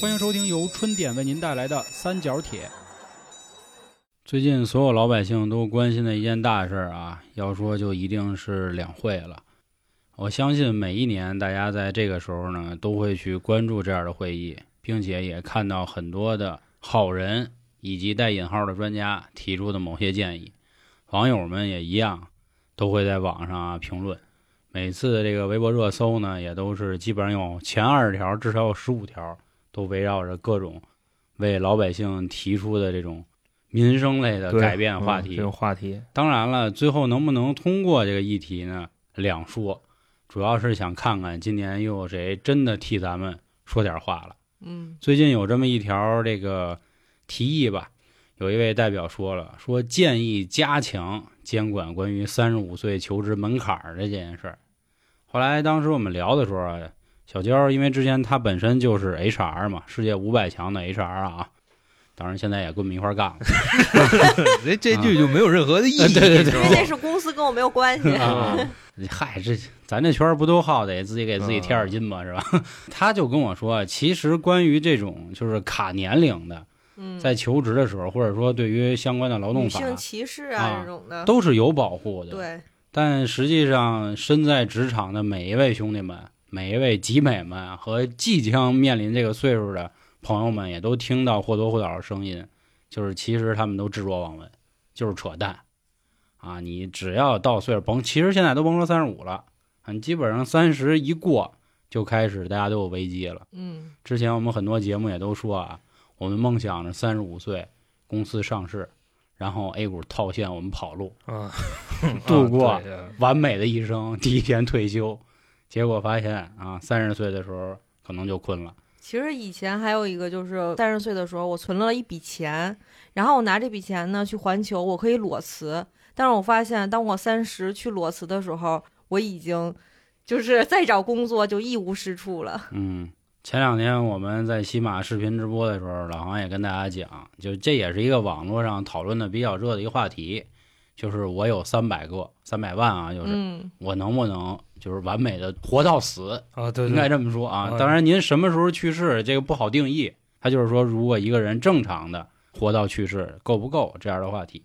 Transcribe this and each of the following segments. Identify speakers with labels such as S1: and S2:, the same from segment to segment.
S1: 欢迎收听由春点为您带来的《三角铁》。最近所有老百姓都关心的一件大事儿啊，要说就一定是两会了。我相信每一年大家在这个时候呢，都会去关注这样的会议，并且也看到很多的好人以及带引号的专家提出的某些建议，网友们也一样，都会在网上啊评论。每次这个微博热搜呢，也都是基本上有前二十条，至少有十五条都围绕着各种为老百姓提出的这种民生类的
S2: 对
S1: 改变话题。
S2: 嗯这种话题，
S1: 当然了，最后能不能通过这个议题呢？两说，主要是想看看今年又有谁真的替咱们说点话了。
S3: 嗯
S1: 最近有这么一条这个提议吧，有一位代表说了，说建议加强监管关于三十五岁求职门槛儿这件事儿。后来当时我们聊的时候啊，小娇因为之前她本身就是 HR 嘛，世界五百强的 HR 啊，当然现在也跟我们一块儿干了。
S2: 这这句就没有任何的意 义。
S1: 对对对
S3: 因为那是公司跟我没有关系。
S1: 啊， 嗨，这咱这圈儿不都好得自己给自己
S3: 嗯
S1: 贴点金吗？是吧？ 他就跟我说，啊其实关于这种就是卡年龄的，
S3: 嗯，
S1: 在求职的时候，或者说对于相关的劳动
S3: 女
S1: 法，
S3: 性歧视
S1: 啊
S3: 啊这种的，
S1: 都是有保护的。，
S3: 对，
S1: 但实际上身在职场的每一位兄弟们、每一位集美们和即将面临这个岁数的朋友们，也都听到或多或少的声音，就是其实他们都置若罔闻，就是扯淡啊！你只要到岁数，甭其实现在都甭说三十五了，你基本上三十一过就开始大家都有危机了。
S3: 嗯
S1: 之前我们很多节目也都说啊，我们梦想着三十五岁公司上市，然后 A 股套现，我们跑路。
S2: 啊，
S1: 度过
S2: 啊对啊
S1: 完美的一生，第一天退休，结果发现啊，三十岁的时候可能就困了。，
S3: 其实以前还有一个，就是三十岁的时候，我存了一笔钱，然后我拿这笔钱呢去环球，我可以裸辞。但是我发现，当我三十去裸辞的时候，我已经就是再找工作就一无是处了。
S1: 嗯，前两天我们在喜马视频直播的时候，老航也跟大家讲，就这也是一个网络上讨论的比较热的一个话题，就是我有三百个三百万啊，就是、
S3: 嗯，
S1: 我能不能就是完美的活到死，
S2: 啊，对
S1: 应该
S2: 对，
S1: 这么说啊。
S2: 嗯
S1: 当然，您什么时候去世这个不好定义，他就是说，如果一个人正常的活到去世够不够这样的话题。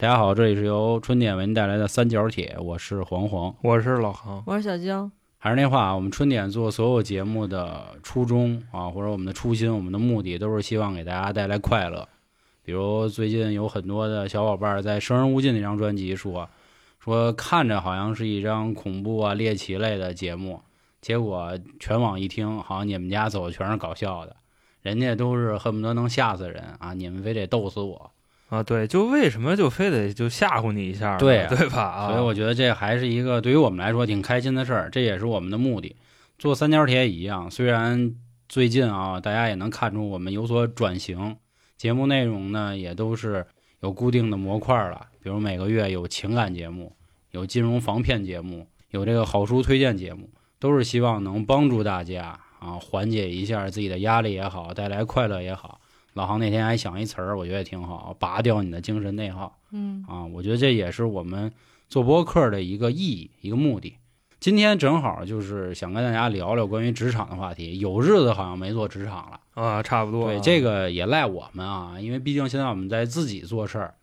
S1: 大家好，这里是由春点为您带来的三角铁，我是黄黄。
S2: 我是老航，
S3: 我说小晶，
S1: 还是那话，我们春点做所有节目的初衷啊，或者我们的初心、我们的目的，都是希望给大家带来快乐。比如最近有很多的小伙伴在《生人勿近》那张专辑说，说看着好像是一张恐怖啊、猎奇类的节目，结果全网一听，好像你们家走的全是搞笑的，人家都是恨不得能吓死人啊，你们非得逗死我。
S2: 啊，对，就为什么就非得就吓唬你一下呢，
S1: 对
S2: 对
S1: 啊
S2: 吧？啊，
S1: 所以我觉得这还是一个对于我们来说挺开心的事儿，这也是我们的目的。做三角铁也一样，虽然最近啊，大家也能看出我们有所转型，节目内容呢也都是有固定的模块了，比如每个月有情感节目，有金融防骗节目，有这个好书推荐节目，都是希望能帮助大家啊缓解一下自己的压力也好，带来快乐也好。老航那天还想一词儿，我觉得也挺好，拔掉你的精神内耗。
S3: 嗯
S1: 啊，我觉得这也是我们做播客的一个意义、一个目的。今天正好就是想跟大家聊聊关于职场的话题，有日子好像没做职场了。
S2: 啊，差不多啊，
S1: 对，这个也赖我们啊，因为毕竟现在我们在自己做事儿，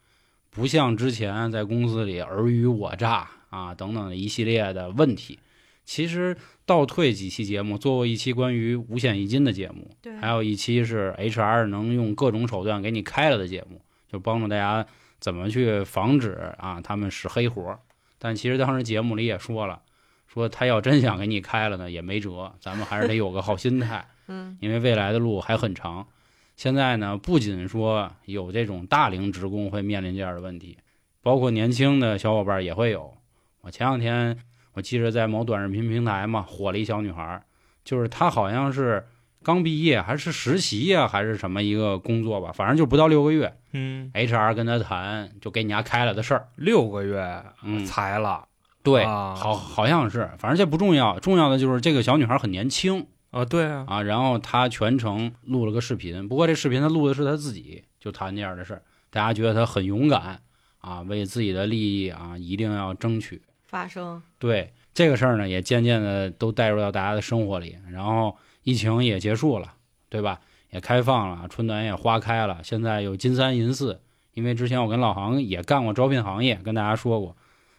S1: 不像之前在公司里尔虞我诈啊等等的一系列的问题。其实倒退几期节目，做过一期关于五险一金的节目，
S3: 对
S1: 还有一期是 HR 能用各种手段给你开了的节目，就帮助大家怎么去防止啊他们使黑活儿。但其实当时节目里也说了，说他要真想给你开了呢，也没辙，咱们还是得有个好心态，
S3: 嗯
S1: 因为未来的路还很长。现在呢，不仅说有这种大龄职工会面临这样的问题，包括年轻的小伙伴也会有。我前两天我记着在某短视频平台嘛，火了一小女孩儿，就是她好像是刚毕业还是实习呀、还是什么一个工作吧，反正就不到六个月
S2: 嗯，
S1: ，HR 跟她谈就给你家开了的事儿。
S2: 六个月
S1: 嗯
S2: 裁了
S1: 对，
S2: 啊
S1: 好好像是，反正这不重要，重要的就是这个小女孩很年轻
S2: 啊，对啊，
S1: 啊，然后她全程录了个视频，不过这视频她录的是她自己，就谈这样的事儿，大家觉得她很勇敢啊，为自己的利益啊一定要争取。
S3: 发生，
S1: 对这个事儿呢，也渐渐的都带入到大家的生活里，然后疫情也结束了，对吧？也开放了，春暖也花开了，现在有金三银四。因为之前我跟老航也干过招聘行业，跟大家说过，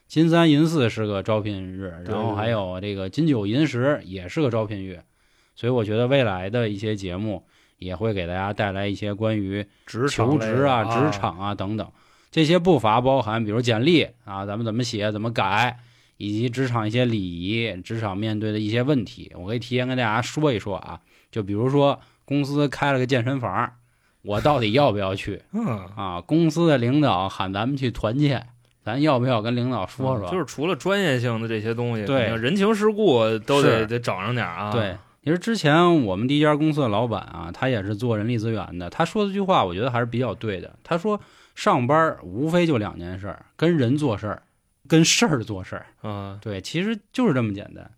S1: 金三银四是个招聘日，
S2: 对
S1: 然后还有这个金九银十也是个招聘月，所以我觉得未来的一些节目也会给大家带来一些关于
S2: 职
S1: 求
S2: 场类
S1: 职
S2: 的
S1: 啊、
S2: 啊、
S1: 职场啊等等，这些步伐包含比如简历啊，咱们怎么写、怎么改，以及职场一些礼仪、职场面对的一些问题，我可以提前跟大家说一说啊。就比如说公司开了个健身房，我到底要不要去
S2: 嗯，
S1: 啊？公司的领导喊咱们去团建，咱要不要跟领导说说？
S2: 嗯就是除了专业性的这些东西，
S1: 对
S2: 肯定人情世故都
S1: 是
S2: 得得整上点儿啊。
S1: 对，，其实之前我们第一家公司的老板啊，他也是做人力资源的，他说的一句话，我觉得还是比较对的。他说，上班儿无非就两件事儿，跟人做事儿，跟事儿做事儿。
S2: 嗯，
S1: 对，其实就是这么简单。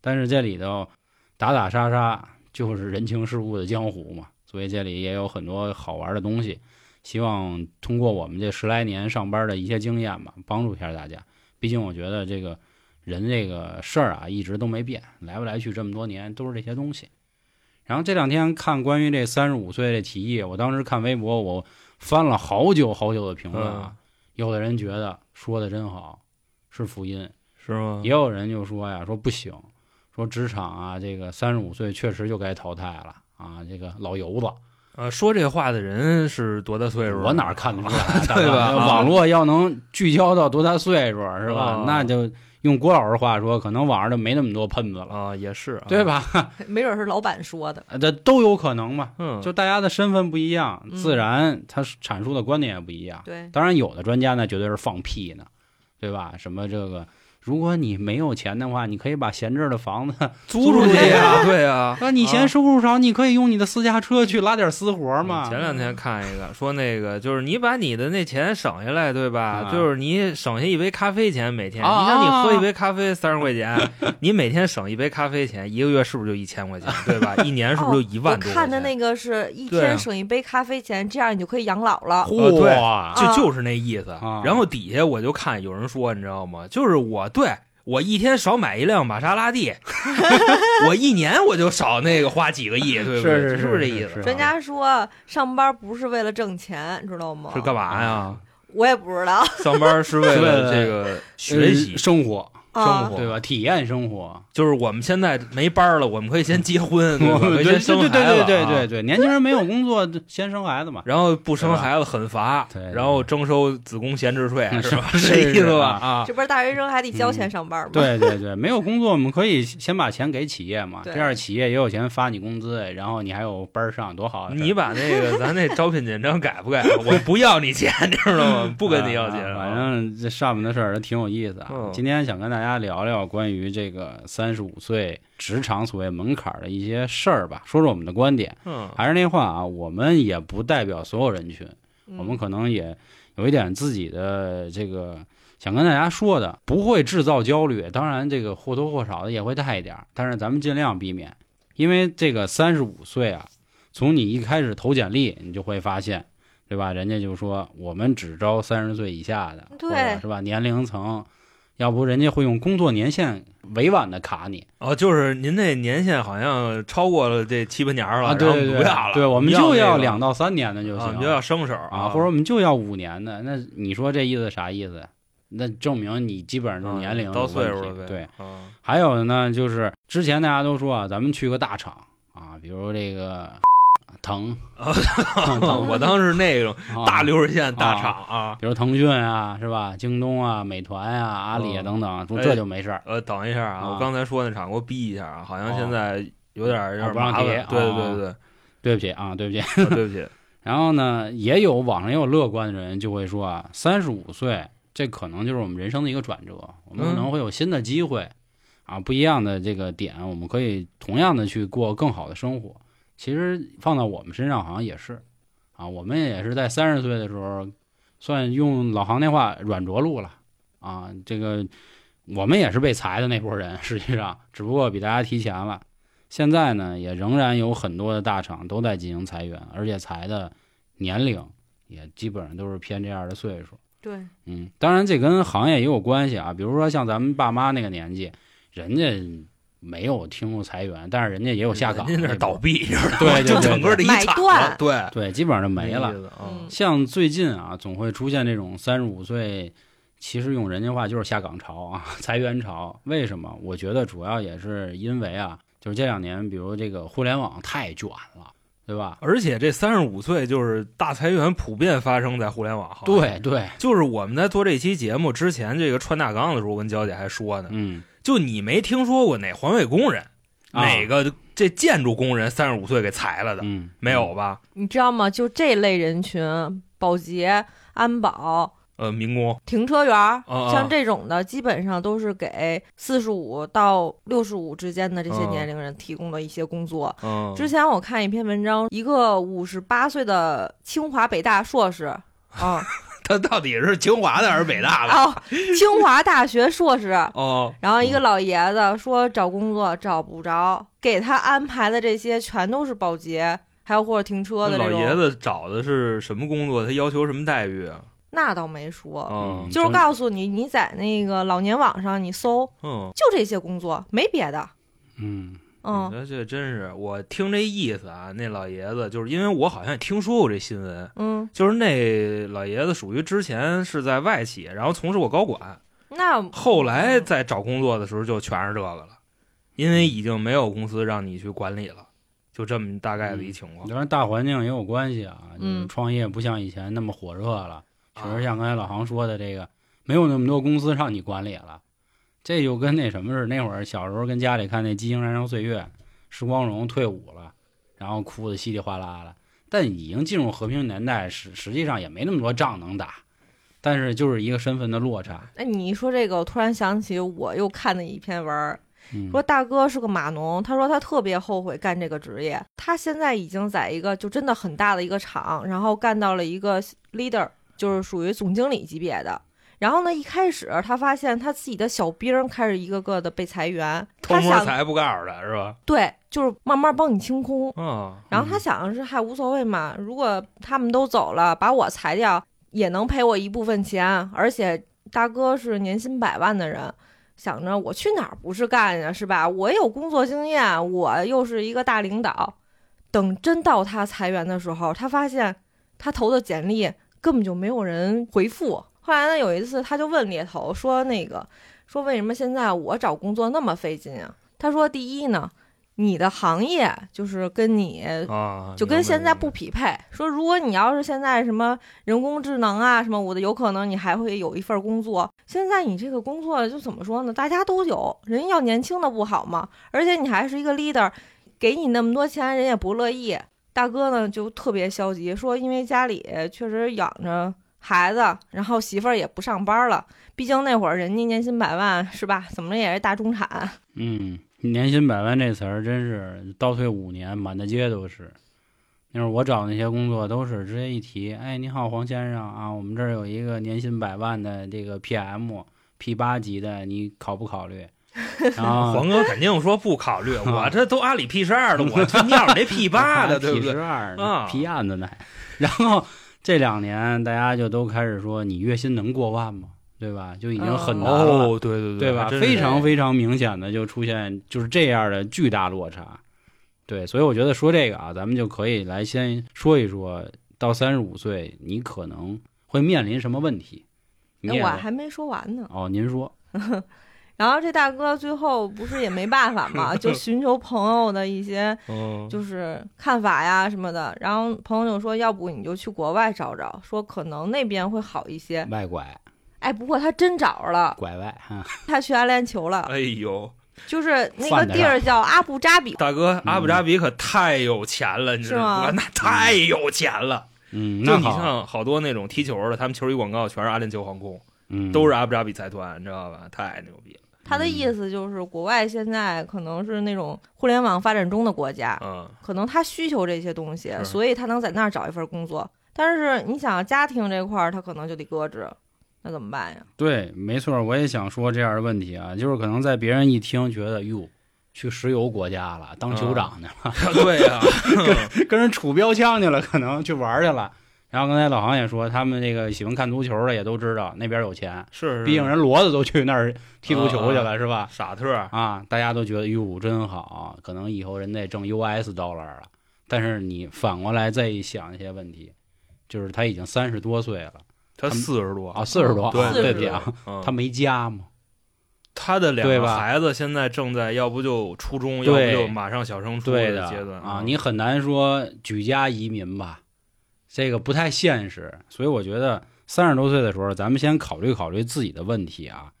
S1: 但是这里头打打杀杀就是人情世故的江湖嘛，所以这里也有很多好玩的东西。希望通过我们这十来年上班的一些经验吧，帮助一下大家。毕竟我觉得这个人这个事儿啊，一直都没变，来不来去这么多年都是这些东西。然后这两天看关于这三十五岁的提议，我当时看微博，我翻了好久好久的评论
S2: 嗯
S1: 啊，有的人觉得说的真好，是福音；
S2: 是吗
S1: 也？有人就说呀，说不行，说职场啊，这个三十五岁确实就该淘汰了啊，这个老油子，
S2: 啊，说这话的人是多大岁数？啊
S1: 我哪儿看得出来？ 大哥
S2: 对吧
S1: 网络要能聚焦到多大岁数是吧？
S2: 啊
S1: 那就用郭老师话说，可能网上就没那么多喷子了，
S2: 啊？也是，啊
S1: 对？吧？
S3: 没准是老板说的。
S1: 这都有可能嘛。
S2: 嗯，
S1: 就大家的身份不一样，
S3: 嗯
S1: 自然他阐述的观点也不一样。
S3: 对，
S1: 当然，有的专家呢，绝对是放屁呢，对吧？什么这个，如果你没有钱的话，你可以把闲置的房子
S2: 租
S1: 出去啊
S2: 啊， 对 啊。
S1: 那你嫌收入少，你可以用你的私家车去拉点私活嘛。
S2: 前两天看一个说那个就是你把你的那钱省下来，对吧？
S1: 啊
S2: 就是你省下一杯咖啡钱每天，
S1: 啊
S2: 你想你喝一杯咖啡三十 块钱，你每天省一杯咖啡钱，一个月是不是就一千块钱，对吧？一年是不是就一
S3: 哦我
S2: 万多块钱？
S3: 看的那个是一
S2: 对啊
S3: 天省一杯咖啡钱，这样你就可以养老了。
S2: 呃对
S1: 哇，
S2: 就
S3: 啊
S2: 就是那意思
S1: 啊。
S2: 然后底下我就看有人说，你知道吗？就是我对我一天少买一辆玛莎拉蒂， 我一年我就少那个花几个亿，对不对？
S1: 是是是
S2: 不是这意
S1: 是
S2: 思？
S1: 是
S3: 专家说上班不是为了挣钱，知道吗？
S2: 是干嘛呀？
S3: 我也不知道
S2: 啊上班是为了 这个学习
S1: 呃。生活
S3: 啊
S2: 生活
S1: 对吧？体验生活，
S2: 就是我们现在没班了，我们可以先结婚，对吧可
S1: 对
S2: 以
S1: 对
S2: 先
S1: 对
S2: 生
S1: 对
S2: 孩子啊
S1: 对对对对，年轻人没有工作，先生孩子 嘛。
S2: 然后不生孩子很罚
S1: 对对，对
S2: 然后征收子宫闲置税，是吧？
S1: 是是
S2: 这意思吧？
S1: 是
S2: 啊，
S3: 这不是大学生还得交钱上班吗？，
S2: 嗯
S1: 对对对，没有工作，我们可以先把钱给企业嘛，这
S3: 对
S1: 样企业也有钱发你工资，哎然后你还有班儿上，多好啊！
S2: 你把那个咱那招聘简章改不改？ 我不要你钱，你知道吗？不跟你要钱
S1: 啊
S2: 了。
S1: 反正这上面的事儿挺有意思啊
S2: 嗯。
S1: 今天想跟大家聊聊关于这个三十五岁职场所谓门槛儿的一些事儿吧，说说我们的观点。
S2: 嗯，
S1: 还是那话啊，我们也不代表所有人群，
S3: 嗯
S1: 我们可能也有一点自己的这个想跟大家说的，不会制造焦虑。当然，这个或多或少的也会带一点儿，但是咱们尽量避免，因为这个三十五岁啊，从你一开始投简历，你就会发现，对吧？人家就说我们只招三十岁以下的，
S3: 对
S1: 或者是吧？年龄层，要不人家会用工作年限委婉的卡你。
S2: 哦，就是您那年限好像超过了这七八年了，
S1: 啊，对对
S2: 然后
S1: 对，
S2: 不要了，
S1: 对我们
S2: 们
S1: 就
S2: 要
S1: 要
S2: 那个
S1: 两到三年的就
S2: 啊
S1: 行，
S2: 你就要生手
S1: 啊，或者我们就要五年的，那你说这意思啥意思？那证明你基本上就是年龄
S2: 嗯到
S1: 有
S2: 岁
S1: 问
S2: 数
S1: 题
S2: 了呗。
S1: 对，
S2: 啊，
S1: 还有的呢，就是之前大家都说啊，咱们去个大厂啊，比如这个 腾， 腾
S3: 嗯
S2: 我当时那种
S1: 啊
S2: 大流水线大
S1: 啊
S2: 厂啊，
S1: 比如腾讯啊，是吧？京东啊、美团啊、阿里啊
S2: 嗯
S1: 等等，说
S2: 哎
S1: 这就没事儿。
S2: 呃，等一下啊，
S1: 啊
S2: 我刚才说那厂给我逼一下啊，好像
S1: 哦
S2: 现在有点有
S1: 哦
S2: 点
S1: 不让
S2: 麻烦。
S1: 提
S2: 对对对
S1: 对不起啊，对不起。
S2: 对，啊对不起，
S1: 然后呢，也有网上也有乐观的人就会说啊，三十五岁这可能就是我们人生的一个转折，我们可能会有新的机会、啊，不一样的这个点，我们可以同样的去过更好的生活。其实放到我们身上好像也是啊，我们也是在三十岁的时候，算用老行那话软着陆了啊。这个我们也是被裁的那波人， 实际上只不过比大家提前了。现在呢，也仍然有很多的大厂都在进行裁员，而且裁的年龄也基本上都是偏这样的岁数。
S3: 对，
S1: 嗯，当然这跟行业也有关系啊，比如说像咱们爸妈那个年纪，人家没有听过裁员，但是人家也有下岗，
S2: 人家那是倒，闭，你知道吗？
S1: 对对
S2: 就
S1: 对
S2: 整个的一
S3: 买
S2: 厂
S3: 断
S2: 子，对，
S1: 对，基本上就没了。
S2: 意思啊
S3: 嗯
S1: 像最近啊，总会出现这种三十五岁，其实用人家话就是下岗潮啊，裁员潮。为什么？我觉得主要也是因为啊，就是这两年，比如这个互联网太卷了，对吧？
S2: 而且这三十五岁就是大裁员，普遍发生在互联网行业。
S1: 对对，
S2: 就是我们在做这期节目之前，这个穿大纲的时候，我跟娇姐还说呢，
S1: 嗯，
S2: 就你没听说过哪环卫工人、
S1: 啊
S2: 哪个这建筑工人三十五岁给裁了的，
S1: 嗯，
S2: 没有吧？
S3: 你知道吗？就这类人群，保洁、安保、
S2: 呃，民工
S3: 停车员儿，
S2: 啊啊
S3: 像这种的，基本上都是给四十五到六十五之间的这些
S2: 嗯
S3: 年龄人提供的一些工作。
S2: 嗯，
S3: 之前我看一篇文章，一个五十八岁的清华北大 硕士，啊
S2: 他到底是清华的还是北大的？
S3: 哦，清华大学硕 士，
S2: 哦，
S3: 然后一个老爷子说找工作找不着，给他安排的这些全都是保洁，还有或者停车的
S2: 那
S3: 这
S2: 老爷
S3: 种。
S2: 子找的是什么工作？他要求什么待遇啊？
S3: 那倒没说，
S2: 嗯
S3: 就是告诉你，你在那个老年网上你搜，
S2: 嗯，
S3: 就这些工作，没别的。
S1: 嗯
S3: 嗯，
S2: 那这真是我听这意思啊，那老爷子就是因为我好像也听说过这新闻，
S3: 嗯，
S2: 就是那老爷子属于之前是在外企，然后从事过高管，
S3: 那嗯
S2: 后来在找工作的时候就全是这个了，因为已经没有公司让你去管理了，就这么大概的一情况。
S1: 当然大环境也有关系啊，就是
S3: 嗯
S1: 创业不像以前那么火热了，确
S2: 啊
S1: 实像刚才老航说的这个，没有那么多公司让你管理了。这就跟那什么似的，那会儿小时候跟家里看那《激情燃烧岁月》，石光荣退伍了，然后哭的稀里哗啦的。但已经进入和平年代，实实际上也没那么多仗能打，但是就是一个身份的落差。
S3: 哎，你一说这个，我突然想起我又看的一篇文儿，
S1: 嗯，
S3: 说大哥是个码农，他说他特别后悔干这个职业，他现在已经在一个就真的很大的一个厂，然后干到了一个 leader，就是属于总经理级别的。然后呢，一开始他发现他自己的小兵儿开始一个个的被裁员，
S2: 偷
S3: 他
S2: 摸
S3: 想
S2: 裁不告诉他是吧？
S3: 对，就是慢慢帮你清空。
S2: 嗯，
S3: 然后他想的是，还无所谓嘛，如果他们都走了，把我裁掉也能赔我一部分钱，而且大哥是年薪百万的人，想着我去哪儿不是干呀，是吧？我有工作经验，我又是一个大领导。等真到他裁员的时候，他发现他投的简历根本就没有人回复。后来呢，有一次他就问猎头说：“那个，说为什么现在我找工作那么费劲啊？”他说：“第一呢，你的行业就是跟你
S2: 啊，
S3: 就
S2: 明白
S3: 跟现在
S2: 明白
S3: 不匹配。说如果你要是现在什么人工智能啊什么我的，有可能你还会有一份工作。现在你这个工作就怎么说呢？大家都有，人要年轻的不好吗？而且你还是一个 leader，给你那么多钱，人也不乐意。大哥呢就特别消极，说因为家里确实养着孩子，然后媳妇儿也不上班了，毕竟那会儿人家年薪百万是吧？怎么着也是大中产。
S1: 嗯，年薪百万这词儿真是倒退五年，满大街都是。那会儿我找那些工作都是直接一提，哎，你好，黄先生啊，我们这儿有一个年薪百万的这个 PM P 八级的，你考不考虑？ 然后
S2: 黄哥肯定说不考
S1: 啊
S2: 虑，我这都阿里 P 十二的，我去尿你这 P 八的，对不
S1: P
S2: 对？
S1: 十二
S2: 啊
S1: 皮案子呢。 然后这两年大家就都开始说，你月薪能过万吗？对吧？就已经很难了。
S2: 哦，对对
S1: 对
S2: 还
S1: 吧？
S2: 真是
S1: 非常非常明显的就出现就是这样的巨大落差，对，所以我觉得说这个啊，咱们就可以来先说一说，到三十五岁你可能会面临什么问题。你
S3: 那
S1: 也
S3: 哎我还没说完呢。
S1: 哦，您说，
S3: 然后这大哥最后不是也没办法嘛， 就寻求朋友的一些
S2: 嗯，
S3: 就是看法呀什么的。然后朋友就说，要不你就去国外找找，说可能那边会好一些。
S1: 外拐
S3: 哎，不过他真找着了，
S1: 拐外哈，
S3: 他去阿联 酋了，
S2: 哎呦，
S3: 就是那个地儿叫阿布扎比。
S2: 大
S1: 嗯
S2: 哥，阿布扎比可太有钱了，你知道吗？
S3: 是
S2: 那
S3: 吗
S2: 太有钱了。
S1: 嗯，
S2: 就
S1: 那
S2: 你
S1: 好，
S2: 像好多那种踢球的，他们球衣广告全是阿联酋航空，
S1: 嗯，
S2: 都是阿布扎比财团，你知道吧？太牛逼了。
S3: 他
S2: 嗯
S3: 的意思就是，国外现在可能是那种互联网发展中的国家，
S2: 嗯，
S3: 可能他需求这些东西，
S2: 是
S3: 所以他能在那儿找一份工作。但是你想家庭这块儿，他可能就得搁置，那怎么办呀？
S1: 对，没错，我也想说这样的问题啊，就是可能在别人一听觉得哟。去石油国家了，
S2: 嗯
S1: 当酋长去了，
S2: 对呀，啊
S1: 跟人杵标枪去了，可能去玩去了，然后刚才老航也说，他们那个喜欢看足球的也都知道那边有钱，
S2: 是是
S1: 毕竟人骡子都去那儿踢足球去了，是吧？
S2: 傻特儿，
S1: 啊，大家都觉得哟真好，啊可能以后人得挣 US dollar 了。但是你反过来再一想一些问题，就是他已经三十多岁了他
S2: 他
S1: 们
S2: 四十多
S1: 啊，四十多，
S2: 对
S1: 啊
S3: 40
S1: 对
S3: 多
S1: 不起啊，
S2: 嗯
S1: 他没家嘛，
S2: 他的两
S1: 对
S2: 个
S1: 吧
S2: 孩子现在正在要不就初中，要
S1: 对
S2: 不就马上小升初
S1: 对
S2: 的阶段嗯
S1: 啊，你很难说举家移民吧，这个不太现实。所以我觉得三十多岁的时候，咱们先考虑考虑自己的问题啊。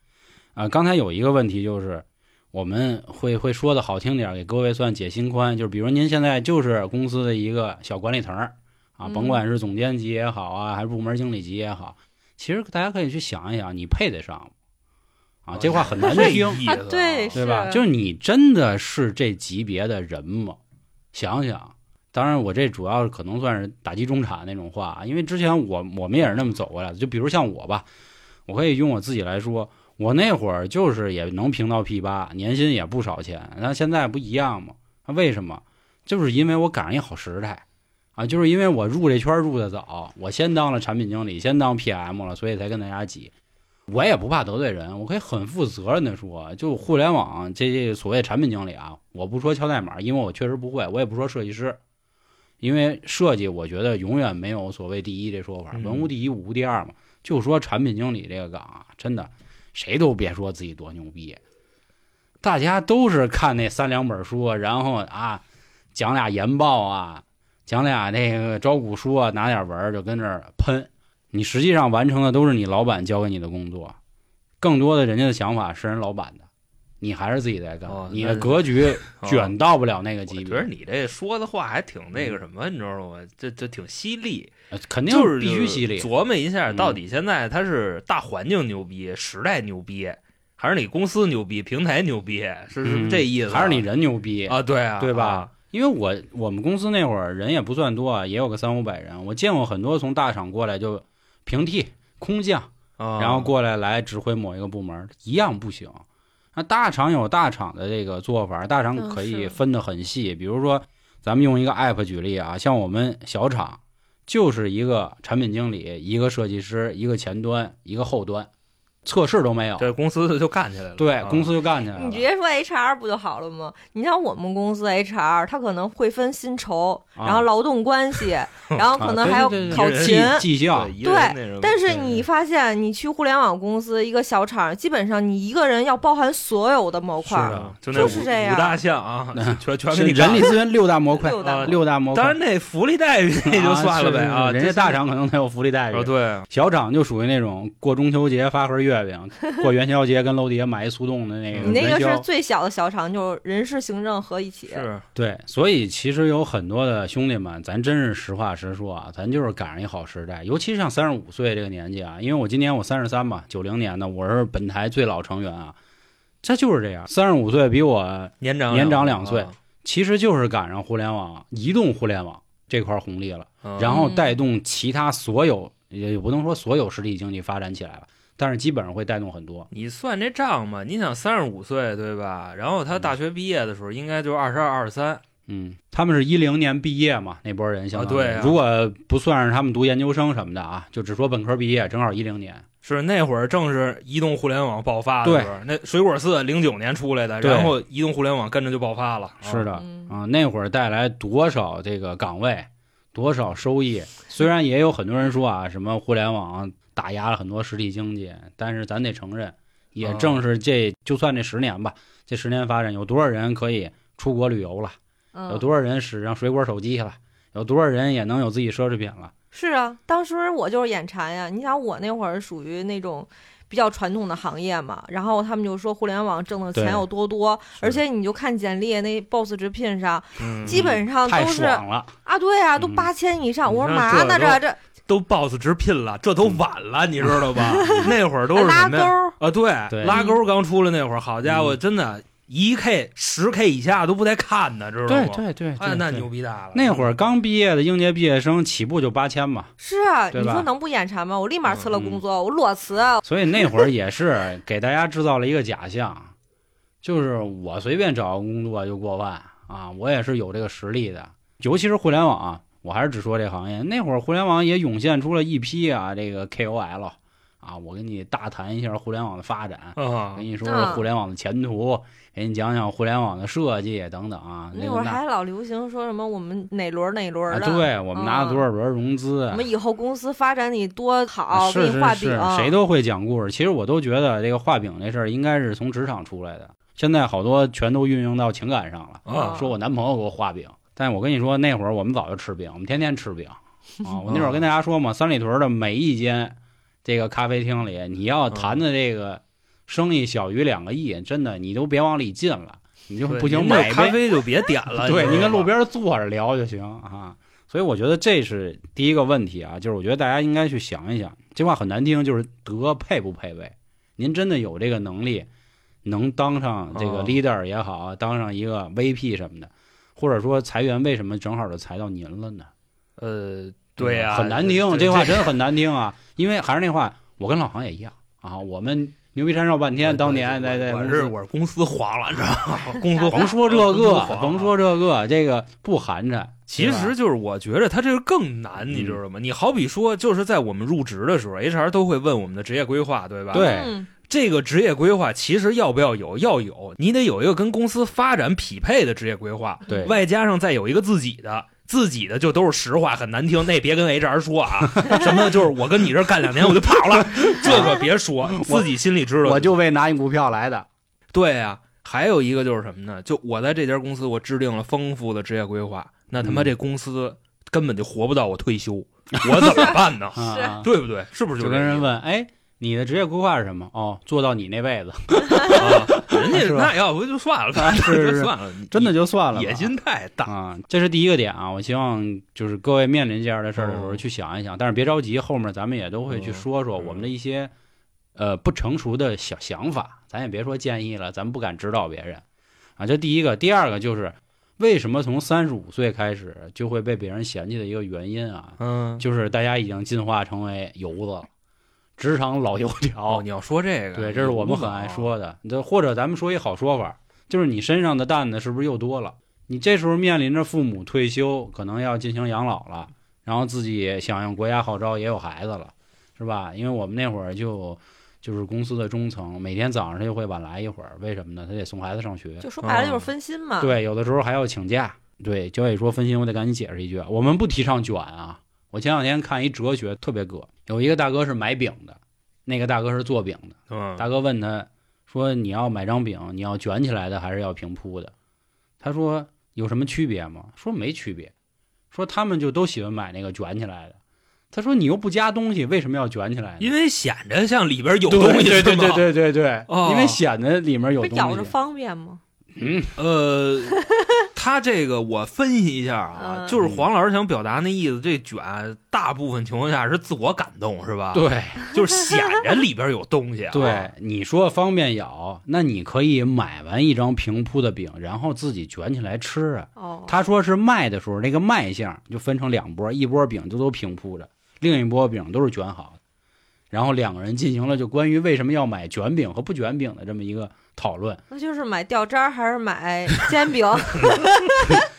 S1: 啊，刚才有一个问题就是，我们会会说的好听点儿，给各位算解心宽，就是比如您现在就是公司的一个小管理层儿啊，
S3: 嗯
S1: 甭管是总监级也好啊，还是部门经理级也好，其实大家可以去想一想，你配得上吗？啊，这话很难
S2: 这
S1: 听，
S2: 意思啊
S3: 对
S1: 对吧？
S3: 是
S1: 就是你真的是这级别的人吗？想想，当然我这主要可能算是打击中产那种话啊，因为之前我我们也是那么走过来的。就比如像我吧，我可以用我自己来说，我那会儿就是也能评到 P 八，年薪也不少钱，那现在不一样吗？那为什么？就是因为我赶上一好时代。啊，就是因为我入这圈儿入的早，我先当了产品经理，先当 PM 了，所以才跟大家挤。我也不怕得罪人，我可以很负责任的说，就互联网这这所谓产品经理啊，我不说敲代码，因为我确实不会，我也不说设计师，因为设计我觉得永远没有所谓第一这说法，
S2: 嗯
S1: 文无第一，武无第二嘛。就说产品经理这个岗啊，真的谁都别说自己多牛逼，大家都是看那三两本书，然后啊讲俩研报啊，讲俩那个招股书啊，拿点文儿就跟这儿喷。你实际上完成的都是你老板交给你的工作，更多的人家的想法是人老板的，你还是自己在干，
S2: 哦
S1: 你
S2: 那
S1: 的
S2: 是
S1: 格局
S2: 啊
S1: 卷到不了那个
S2: 我
S1: 级
S2: 觉
S1: 别
S2: 得，你这说的话还挺那个什么，你知道吗？这这挺犀利，
S1: 呃肯定
S2: 就是
S1: 必须犀利。
S2: 琢磨一下，
S1: 嗯
S2: 到底现在它是大环境牛逼，时代牛逼，还是你公司牛逼，平台牛逼？是是
S1: 嗯
S2: 这意思啊？
S1: 还是你人牛逼
S2: 啊？对啊，
S1: 对吧
S2: 啊？
S1: 因为我我们公司那会儿人也不算多啊，也有个三五百人。我见过很多从大厂过来就平替、空降，
S2: 啊
S1: 然后过来来指挥某一个部门，一样不行。那大厂有大厂的这个做法，大厂
S3: 嗯
S1: 可以
S3: 是
S1: 分得很细。比如说，咱们用一个 app 举例啊，像我们小厂就是一个产品经理、一个设计师、一个前端、一个后端，测试都没有，
S2: 这公司就干起来了。
S1: 对
S2: 啊
S1: 公司就干起来了
S3: 你直。接说 HR 不就好了吗？你像我们公司 HR，他可能会分薪酬，
S1: 啊
S3: 然后劳动关系，然后可能还有
S1: 啊对对对
S3: 考
S2: 对
S3: 勤。
S1: 绩绩效
S2: 对，一个
S3: 对
S2: 人那什么
S3: 但是你发现，你去互联网公司一个小厂，基本上你一个人要包含所有的模
S2: 是
S3: 块儿，
S2: 的，就那
S3: 就
S2: 五
S3: 是这样
S2: 五大项啊，全全
S1: 嗯
S2: 给
S1: 是
S2: 你干
S1: 人力资源六大模块，
S3: 六大
S2: 模块
S1: 六大模块。
S2: 当然，那福利待遇那就算了呗
S1: 啊
S2: 啊，
S1: 是是是人家大厂可能才有福利待
S2: 啊，
S1: 遇，
S2: 对，
S1: 小厂就属于那种过中秋节发盒月 饼，过元宵节跟楼底下买一速冻的那个
S2: 嗯
S3: 你那个
S1: 元
S3: 是
S1: 宵。
S3: 最小的小厂，就是人事行政合一起。
S2: 是
S1: 对，所以其实有很多的兄弟们，咱真是实话实说啊，咱就是赶上一好时代，尤其是像三十五岁这个年纪啊，因为我今年我三十三嘛，九零年的，我是本台最老成员啊，这就是这样，三十五岁比我
S2: 年长
S1: 年长两岁
S2: 啊
S1: 其实就是赶上互联网、移动互联网这块红利了。
S2: 嗯
S1: 然后带动其他所有，也也不能说所有实体经济发展起来了，但是基本上会带动很多。
S2: 你算这账嘛？你想三十五岁对吧？然后他大学毕业的时候应该就二十二、二十三，
S1: 嗯，他们是一零年毕业嘛，那波人相当于
S2: 啊对啊
S1: 如果不算是他们读研究生什么的啊，就只说本科毕业，正好一零年。
S2: 是那会儿正是移动互联网爆发的时候。那水果四零九年出来的，
S1: 对
S2: 然后移动互联网跟着就爆发了。啊
S1: 是，的，
S3: 嗯
S1: 啊，那会儿带来多少这个岗位，多少收益？虽然也有很多人说啊，什么互联网打压了很多实体经济，但是咱得承认，也
S2: 啊
S1: 正是这，就算这十年吧，这十年发展，有多少人可以出国旅游了？
S3: 嗯，
S1: 有多少人使上水果手机了？有多少人也能有自己奢侈品了？
S3: 是啊，当时我就是眼馋呀。你想，我那会儿属于那种比较传统的行业嘛，然后他们就说互联网挣的
S1: 对
S3: 钱有多多，而且你就看简历，那 boss 直聘上
S2: 嗯
S3: 基本上
S1: 太
S3: 哦都是
S1: 爽了！
S3: 啊，对啊，都
S1: 嗯
S3: 八千以上。
S2: 你
S3: 我说
S2: 看
S3: 嘛呢，
S2: 这
S3: 这这
S2: 都 boss 直聘了，这都
S1: 嗯
S2: 晚了，你知道吧？ 那会儿都是
S3: 拉
S2: 什
S3: 钩
S2: 么呀？
S3: 儿，
S2: 啊，对，
S1: 对嗯
S2: 拉钩刚出来那会儿，好家伙，真的，一 k 十 k 以下都不带看的，知道
S1: 对
S2: 吗？
S1: 对对，
S2: 哎
S3: 啊
S1: 对，
S2: 那
S1: 对
S2: 牛逼大了。
S1: 那会儿刚毕业的应届毕业生起步就八千 嘛，
S3: 是啊，
S1: 对
S3: 你
S1: 吧
S3: 说能不眼馋吗？我立马辞了
S1: 嗯
S3: 工作，我裸辞啊。
S1: 所以那会儿也是给大家制造了一个假象，就是我随便找个工作就过万啊，我也是有这个实力的。尤其是互联网啊，我还是只说这行业。那会儿互联网也涌现出了一批啊，这个 KOL 啊，我跟你大谈一下互联网的发展，
S2: 啊
S1: 跟，你说说
S3: 嗯
S1: 互联网的前途，给你讲讲互联网的设计等等啊。
S3: 那
S1: 个
S3: 会儿
S1: 那
S3: 还老流行说什么我们哪轮儿哪轮
S1: 啊，
S3: 儿的，
S1: 对我们拿了多少轮融资，啊
S3: 我们以后公司发展你多好，
S1: 是
S3: 啊
S1: 啊
S3: 给
S1: 是
S3: 你画饼啊
S1: 是，，谁都会讲故事。其实我都觉得这个画饼这事儿应该是从职场出来的，现在好多全都运用到情感上了。
S2: 啊
S1: 说我男朋友给我画饼，但我跟你说，那会儿我们早就吃饼，我们天天吃 饼啊。我那会儿跟大家说嘛，三里屯的每一间这个咖啡厅里，你要谈的这个生意小于两个亿，真的你都别往里进了，你就
S2: 对
S1: 不行
S2: 您这
S1: 买一
S2: 咖
S1: 杯，
S2: 啡就别点了，
S1: 对，
S2: 你
S1: 您
S2: 知
S1: 跟
S2: 道吗
S1: 路边坐着聊就行啊。所以我觉得这是第一个问题啊，就是我觉得大家应该去想一想，这话很难听，就是德配不配位？您真的有这个能力，能当上这个
S2: 哦
S1: leader 也好，当上一个 VP 什么的，或者说裁员为什么正好就裁到您了呢？
S2: 呃，对呀，
S1: 嗯很难听，
S2: 这
S1: 这话真很难听啊！因为还是那话，我跟老航也一样啊，我们牛逼山绕半天，当年在在
S2: 我
S1: 公
S2: 我
S1: 司
S2: 是我是公司黄了，你知道 吗？公司
S1: 甭
S2: 黄
S1: 说这个，甭。
S2: 公司黄了
S1: 说这个，这个不寒碜。
S2: 啊其
S1: 对吧
S2: 实就是我觉得他这个更难，你知
S1: 嗯
S2: 道吗？你好比说，就是在我们入职的时候，HR 都会问我们的职业规划，对吧？
S1: 对
S3: 嗯，
S2: 这个职业规划其实要不要有？要有，你得有一个跟公司发展匹配的职业规划，
S1: 对
S2: 外加上再有一个自己的。自己的就都是实话，很难听，那别跟 HR 说啊， 什么就是我跟你这儿干两年我就跑 了，这可别说，自己心里知道。
S1: 我就为拿你股票来的。
S2: 对啊，还有一个就是什么呢？就我在这家公司，我制定了丰富的职业规划，那他妈
S1: 嗯？
S2: 这公司根本就活不到我退休，我怎么办呢
S1: 啊，
S2: 对不对？是不是
S1: 就
S2: 就
S1: 跟人
S2: 问、
S1: 问，哎，你的职业规划是什么？哦，做到你那辈子，
S2: 啊、人家
S1: 是吧
S2: 那要不就算了，
S1: 啊是是
S2: 就算了，你
S1: 真的就算了吧。
S2: 野心太大。
S1: 啊，这是第一个点啊。我希望就是各位面临这样的事儿的时候
S2: 嗯
S1: 去想一想，但是别着急，后面咱们也都会去
S2: 嗯
S1: 说说我们的一些呃不成熟的小想法，咱也别说建议了，咱们不敢指导别人啊。这第一个，第二个就是为什么从三十五岁开始就会被别人嫌弃的一个原因啊，
S2: 嗯，
S1: 就是大家已经进化成为油子了，职场老油条
S2: 哦，。你要说这个，
S1: 对，这是我们很爱
S2: 啊
S1: 说的。这或者咱们说一好说法，就是你身上的担子是不是又多了？你这时候面临着父母退休，可能要进行养老了，然后自己响应国家号召也有孩子了，是吧？因为我们那会儿就就是公司的中层，每天早上他就会晚来一会儿，为什么呢？他得送孩子上学。
S3: 就说白了就是
S2: 嗯
S3: 分心嘛。
S1: 对，有的时候还要请假。对，焦姐说分心，我得赶紧解释一句，我们不提倡卷啊。我前两天看一哲学特别葛，有一个大哥是买饼的，那个大哥是做饼的。
S2: 嗯，
S1: 大哥问他说：“你要买张饼，你要卷起来的还是要平铺的？”他说：“有什么区别吗？”说没区别。说他们就都喜欢买那个卷起来的。他说：“你又不加东西，为什么要卷起来呢？
S2: 因为显着像里边有
S1: 对
S2: 东西，
S1: 对对
S2: 是吗
S1: 对对对对，
S2: 哦
S1: 因为显得里面有
S3: 不
S1: 东
S3: 是
S1: 西。
S3: 咬着方便吗？
S1: 嗯，
S2: 呃，他这个我分析一下啊，
S3: 嗯
S2: 就是黄老师想表达那意思，这卷大部分情况下是自我感动，是吧？，
S1: 对
S2: 就是显着里边有东西、啊。
S1: 对，你说方便咬，那你可以买完一张平铺的饼，然后自己卷起来吃啊。
S3: 哦，
S1: 他说是卖的时候，那个卖相就分成两波，一波饼都都平铺着，另一波饼都是卷好的。然后两个人进行了就关于为什么要买卷饼和不卷饼的这么一个讨论。
S3: 那就是买掉渣儿还是买 煎饼？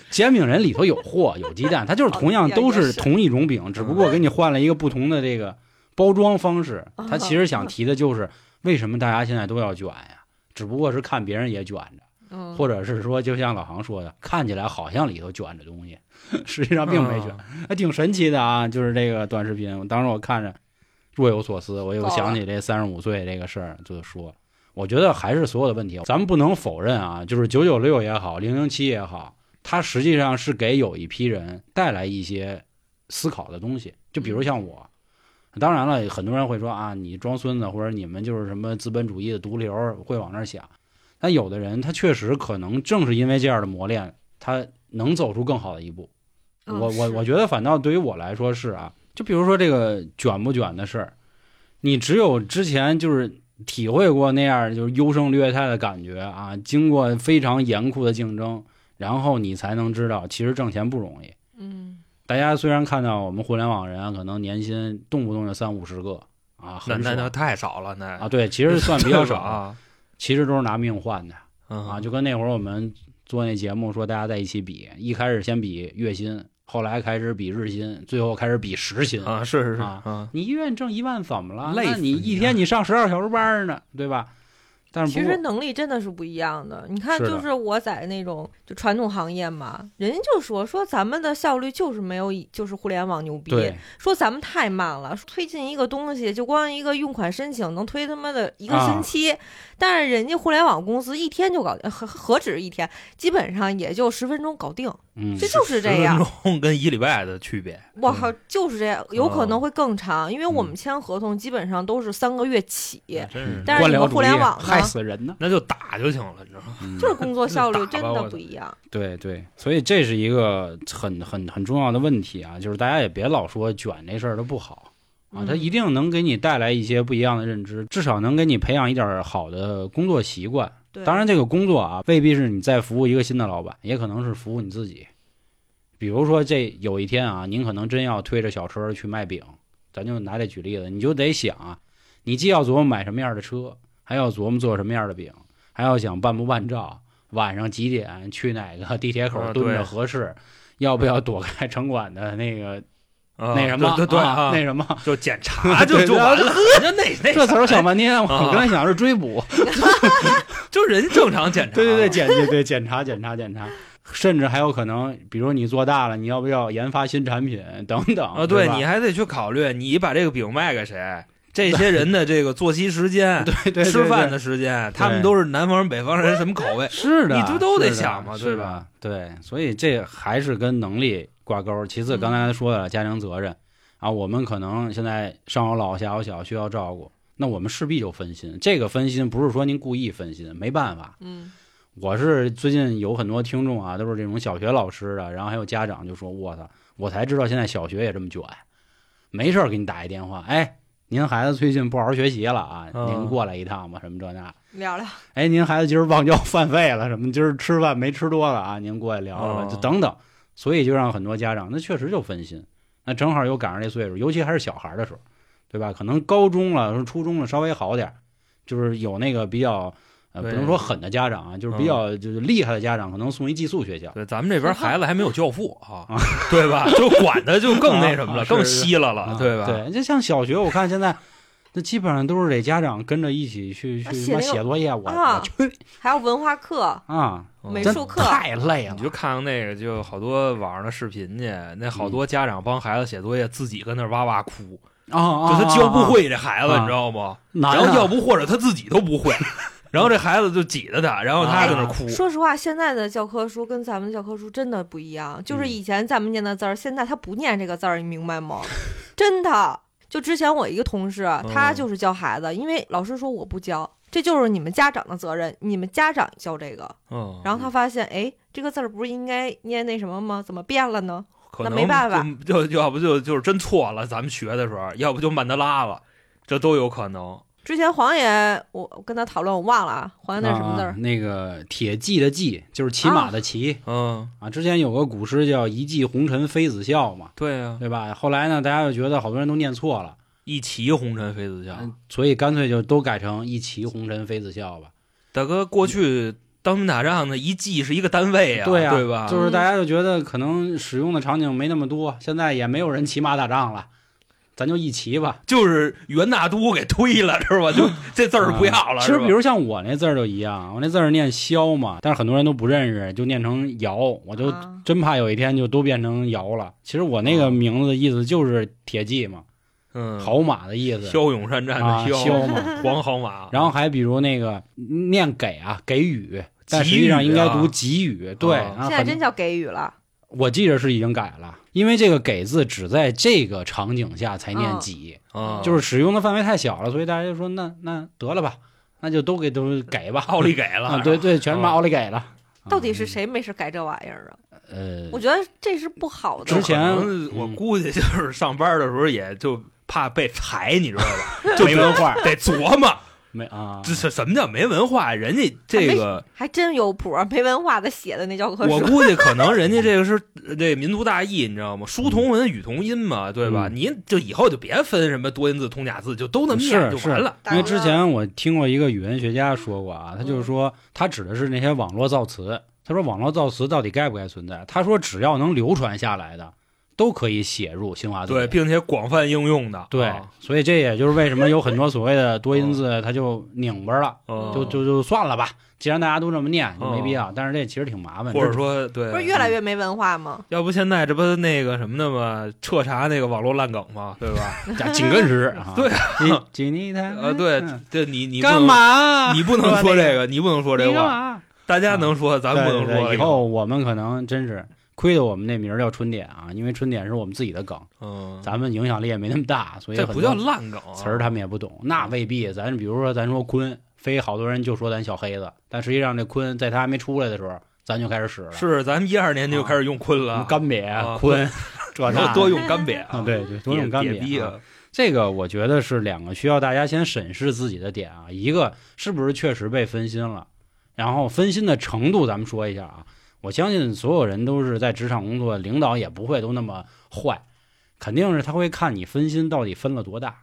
S1: 煎饼人里头有货有鸡蛋，它就是同样
S3: 哦也
S1: 都是
S3: 也是
S1: 同一种饼，只不过给你换了一个不同的这个包装方式。
S3: 哦
S1: 他其实想提的就是为什么大家现在都要卷呀、只不过是看别人也卷着，
S3: 嗯，
S1: 或者是说就像老航说的，看起来好像里头卷着东西，实际上并
S2: 嗯
S1: 没卷。还挺神奇的啊！就是这个短视频，我当时我看着若有所思，我又想起这三十五岁这个事儿，就说，我觉得还是所有的问题，咱们不能否认啊，就是九九六也好，零零七也好，它实际上是给有一批人带来一些思考的东西，就比如像我。当然了，很多人会说啊，你装孙子，或者你们就是什么资本主义的毒瘤，会往那儿想。但有的人，他确实可能正是因为这样的磨练，他能走出更好的一步。
S3: 嗯
S1: 我我
S3: 是
S1: 我觉得反倒对于我来说是啊，就比如说这个卷不卷的事儿，你只有之前就是体会过那样就是优胜劣汰的感觉啊，经过非常严酷的竞争，然后你才能知道其实挣钱不容易。
S3: 嗯，
S1: 大家虽然看到我们互联网人啊，可能年薪动不动就三五十个啊，
S2: 那
S1: 很
S2: 那那
S1: 少
S2: 太少了，那
S1: 啊，对，其实算比较
S2: 对
S1: 少，
S2: 吧啊。
S1: 其实都是拿命换的。
S2: 嗯
S1: 啊，就跟那会儿我们做那节目说大家在一起比，一开始先比月薪，后来开始比日薪，最后开始比时薪。
S2: 啊，是是是
S1: 啊
S2: 啊，
S1: 你一月挣一万怎么了？
S2: 累
S1: 那
S2: 死
S1: 你
S2: 你啊
S1: 一
S2: 了
S1: 天你上十二小时班呢，对吧？但是
S3: 其
S1: 不
S3: 实
S1: 过
S3: 能力真的是不一样的。你看，
S1: 是的
S3: 就是我在那种就传统行业嘛，人家就说说咱们的效率就是没有以就是互联网牛逼，
S1: 对
S3: 说咱们太慢了，说推进一个东西就光一个用款申请能推他妈的一个
S1: 啊
S3: 星期，但是人家互联网公司一天就搞呃何何止一天，基本上也就十分钟搞定，
S1: 嗯
S3: 这就是这样
S2: 10。分钟跟一礼拜的区别。
S3: 我靠，就是这样，有
S1: 哦
S3: 可能会更长，因为我
S1: 嗯
S3: 们签合同基本上都是三个月起，
S2: 嗯真是，
S3: 但是
S1: 官
S3: 你
S1: 僚
S3: 们
S1: 主
S3: 互联
S1: 义
S3: 网呢
S1: 害死人呢，
S2: 那就打就行了，你知道吗？
S1: 嗯啊
S3: 就是工作效率
S2: 打
S3: 真
S2: 吧
S3: 的
S2: 我
S3: 不一样。
S1: 对对，所以这是一个很很很重要的问题啊，就是大家也别老说卷这事儿它不好啊，它
S3: 嗯
S1: 一定能给你带来一些不一样的认知，至少能给你培养一点儿好的工作习惯。
S3: 对，
S1: 当然，这个工作啊，未必是你在服务一个新的老板，也可能是服务你自己。比如说，这有一天啊，您可能真要推着小车去卖饼，咱就拿这举例子，你就得想啊，你既要琢磨买什么样的车，还要琢磨做什么样的饼，还要想办不办照，晚上几点去哪个地铁口
S2: 啊
S1: 蹲
S2: 对
S1: 着合适，要不要躲开城管的那个、
S2: 啊
S1: 那什么
S2: 对对对
S1: 啊
S2: 啊
S1: 那什么，
S2: 就检查 就
S1: 对
S2: 就
S1: 对
S2: 完了，就那 那
S1: 这词儿想
S2: 完，
S1: 半天，我
S2: 啊
S1: 刚才想是追捕，
S2: 就人正常检 查，
S1: 对对对，，检对对检查检查检查，甚至还有可能，比如你做大了，你要不要研发新产品等等
S2: 啊，
S1: 对
S2: 对
S1: 吧，
S2: 你还得去考虑，你把这个饼卖给谁，这些人的这个作息时间、
S1: 对对对
S2: 吃饭
S1: 对，
S2: 的时间，他们都是南方人、北方人什么口味
S1: 是的，
S2: 你这都得
S1: 是的
S2: 想嘛
S1: 是
S2: 对吧？
S1: 对，所以这还是跟能力挂钩。其次，
S3: 嗯
S1: 刚才说了家庭责任、啊，我们可能现在上有老下有小，需要照顾，那我们势必就分心。这个分心不是说您故意分心，没办法，
S3: 嗯，
S1: 我是最近有很多听众啊，都是这种小学老师的，然后还有家长就说：“我操，我才知道现在小学也这么卷，没事儿给你打一电话，哎，您孩子最近不好好学习了啊，
S2: 嗯
S1: 您过来一趟吧，什么这那，
S3: 聊聊，
S1: 哎，您孩子今儿忘交饭费了，什么今儿吃饭没吃多了啊，您过来聊聊吧，
S2: 哦
S1: 就等等。”所以就让很多家长那确实就分心，那正好又赶上这岁数，尤其还是小孩儿的时候，对吧？可能高中了、初中了稍微好点儿，就是有那个比较。呃，不
S2: 对嗯
S1: 能说狠的家长啊，就是比较就是厉害的家长，可能送一寄宿学校。
S2: 对，咱们这边孩子还没有教父啊，对吧？就管的就更那什 么
S1: 啊
S2: 了，
S1: 是
S2: 更稀了
S1: 啊
S2: 了，对吧？
S1: 对，就像小学，我看现在，那基本上都是得家长跟着一起去去
S3: 啊
S1: 什
S3: 写
S1: 么
S3: 那个
S1: 写作业，我
S3: 啊
S1: 我去
S3: 还有文化课、
S1: 啊，
S2: 嗯
S3: 美
S1: 真
S3: 术课，
S1: 太累了
S2: 你。就看看那个，就好多网上的视频去，那好
S1: 嗯
S2: 多家长帮孩子写作业，自己跟那儿哇哇哭，
S1: 啊啊，
S2: 就他
S1: 啊
S2: 教不，会这孩子，
S1: 啊
S2: 你知道吗？
S1: 难啊
S2: 然后要不或者他自己都不会， 然后这孩子就挤着他，然后
S1: 啊
S2: 他在那儿哭。
S3: 说实话，现在的教科书跟咱们的教科书真的不一样，就是
S1: 嗯
S3: 以前咱们念的字儿，现在他不念这个字儿，你明白吗？真的，就之前我一个同事，他
S1: 哦
S3: 就是教孩子，因为老师说我不教，这就是你们家长的责任，你们家长教这个。
S2: 嗯，
S3: 然后他发现，哎，这个字儿不是应该念那什么吗？怎么变了呢？
S2: 可
S3: 那
S2: 能
S3: 没办法
S2: 就，就就要不就就是真错了，咱们学的时候，要不就曼德拉了，这都有可能。
S3: 之前黄爷，我我跟他讨论，我忘了啊，黄爷那是什么字
S1: 啊
S3: 儿？哦
S1: 那个铁骑的骑，就是骑马的骑
S2: 嗯，
S1: 啊。之前有个古诗叫“一骑红尘妃子笑”嘛，
S2: 对呀、啊，
S1: 对吧？后来呢，大家就觉得好多人都念错了，
S2: 一骑红尘妃子笑。
S3: 啊
S1: 所以干脆就都改成“一骑红尘妃子笑”吧。
S2: 大哥，过去当兵打仗的一季是一个单位呀、啊
S1: 对呀
S2: 对
S3: 啊
S2: 吧？
S1: 就是大家就觉得可能使用的场景没那么多，现在也没有人骑马打仗了，咱就一骑吧。
S2: 就是袁大都给推了，是 吧？就这字儿
S1: 啊
S2: 不要了。
S1: 嗯其实
S2: 是吧
S1: 比如像我那字儿就一样，我那字儿念萧嘛，但是很多人都不认识，就念成尧，我就
S3: 啊
S1: 真怕有一天就都变成尧了。其实我那个名字的意思就是铁骑嘛，
S2: 嗯，
S1: 好马的意思
S2: 骁勇善战
S1: 啊，
S2: 的骁，
S1: 萧嘛。
S2: 黄好 马。
S1: 然后还比如那个念给啊，给予，但
S2: 给
S1: 实际上
S2: 予
S1: 应该
S2: 啊
S1: 读给予，对。
S2: 啊
S1: 然后
S3: 现在
S1: 很
S3: 真叫给予了。
S1: 我记着是已经改了，因为这个“给”字只在这个场景下才念“
S3: 嗯
S1: 给”，
S2: 啊，
S1: 就是使用的范围太小了，所以大家就说那那得了吧，那就都给都给吧，
S2: 奥利给了。
S1: 啊，对对，全他妈奥利给了。
S2: 嗯
S1: 啊
S3: 嗯到底是谁没事改这玩意儿啊？
S1: 呃
S3: 我觉得这是不好的
S1: 之。前
S2: 可能我
S1: 嗯
S2: 估计就是上班的时候也就怕被裁，你知道 吧？
S1: 就没文化
S2: 得琢磨
S1: 没啊？
S2: 这是什么叫没文化，人家这个。
S3: 还真有谱儿，没文化的写的那教科
S2: 我
S3: 书。
S2: 估计可能人家这个 是呃这民族大义，你知道吗？书同文，语同音嘛，对吧？
S1: 嗯
S2: 你就以后就别分什么多音字、通假字，就都那么念
S1: 是
S2: 就完了。
S1: 因为
S3: 嗯
S1: 之前我听过一个语文学家说过啊，他就是说他指的是那些网络造词，他说网络造词到底该不该存在？他说只要能流传下来的，都可以写入新华字典。
S2: 对，并且广泛应用的，
S1: 对
S2: 啊
S1: 所以这也就是为什么有很多所谓的多音字，它就拧巴了，
S2: 嗯
S1: 就就就算了吧。既然大家都这么念，就没必要。但是这其实挺麻烦，
S2: 啊或者
S1: 这
S2: 说对，
S3: 不是越来越没文化吗？
S2: 要不现在这不那个什么的吗？彻查那个网络烂梗吗？对吧？
S1: 这紧跟时 事啊。
S2: 对
S1: 紧，紧你他
S2: 呃，对
S1: 嗯，
S2: 这你你不
S1: 干
S2: 能？
S3: 啊
S1: 嘛？
S2: 你不能说这个，你不能说这
S1: 你干
S2: 话，
S1: 嘛？
S2: 大家能说，咱不
S1: 嗯
S2: 能
S1: 对对
S2: 说。哎
S1: 以后我们可能真是亏得我们那名儿叫春点啊，因为春点是我们自己的梗，
S2: 嗯，
S1: 咱们影响力也没那么大，所以
S2: 这
S1: 很
S2: 不
S1: 多
S2: 叫烂梗啊，
S1: 词儿他们也不懂。那未必，咱比如说咱说鲲，非好多人就说咱小黑子，但实际上这鲲在他还没出来的时候，咱就开始使了，
S2: 是咱们一二年就开始用鲲
S1: 什么
S2: 了，
S1: 干瘪、
S2: 啊
S1: 鲲，这
S2: 然
S1: 那
S2: 后多用干瘪
S1: 啊，
S2: 啊，
S1: 对对，多用干
S2: 瘪
S1: 瘪、啊。
S2: 啊，
S1: 这个我觉得是两个需要大家先审视自己的点啊，一个是不是确实被分心了，然后分心的程度咱们说一下啊。我相信所有人都是在职场工作，领导也不会都那么坏，肯定是他会看你分心到底分了多大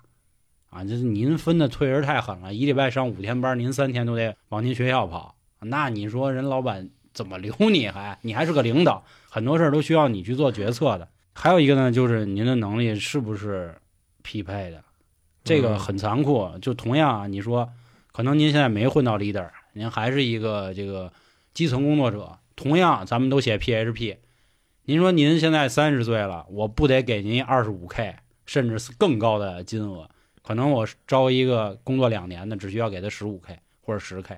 S1: 啊。就是您分的退人太狠了，一礼拜上五天班，您三天都得往您学校跑，那你说人老板怎么留你还？你还是个领导，很多事儿都需要你去做决策的。还有一个呢，就是您的能力是不是匹配的，这个
S2: 嗯
S1: 很残酷。就同样啊，你说可能您现在没混到 leader，您还是一个这个基层工作者。同样，咱们都写 PHP，您说您现在三十岁了，我不得给您二十五 K 甚至是更高的金额？可能我招一个工作两年的，只需要给他十五 K 或者十 K，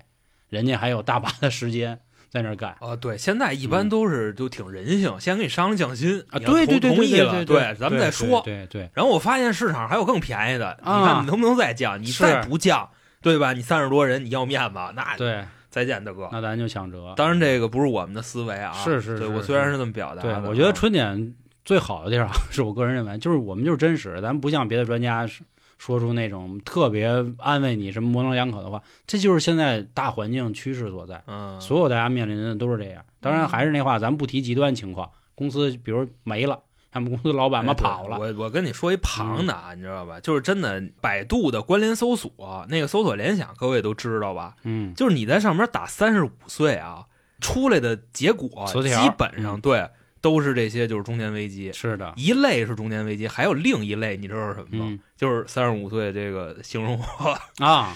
S1: 人家还有大把的时间在那儿干。
S2: 啊，对，现在一般都是就挺人性，先给你商量降薪
S1: 啊，
S2: 你要
S1: 对对对
S2: 同同
S1: 对
S2: 意
S1: 对
S2: 了，
S1: 对对
S2: 咱们再说。
S1: 对对
S2: 然后我发现市场还有更便宜的，你
S1: 啊
S2: 看你能不能再降？你再
S1: 是
S2: 不降，对吧？你三十多人，你要面子，那
S1: 对对，
S2: 再见，大哥。
S1: 那咱就想辙。
S2: 哎当然，这个不是我们的思维啊，
S1: 是是
S2: 对
S1: 是
S2: 我虽然是这么表达
S1: 对
S2: 的，
S1: 我觉得
S2: 啊
S1: 春点最好的地儿啊， 是我个人认为，就是我们就是真实，咱不像别的专家是说出那种特别安慰你什么模棱两可的话，这就是现在大环境趋势所在。
S2: 嗯，
S1: 所有大家面临的都是这样。当然还是那话，咱不提极端情况，公司比如没了，他们公司老板嘛
S2: 哎对
S1: 跑了，嗯
S2: 我我跟你说一旁的啊，你知道吧？就是真的，百度的关联搜索那个搜索联想，各位都知道吧？
S1: 嗯，
S2: 就是你在上面打三十五岁啊，出来的结果
S1: 词条
S2: 基本上
S1: 嗯
S2: 对都是这些，就是中年危机。
S1: 是的，
S2: 一类是中年危机，还有另一类，你知道是什么吗？
S1: 嗯
S2: 就是三十五岁这个形容 我
S1: 啊，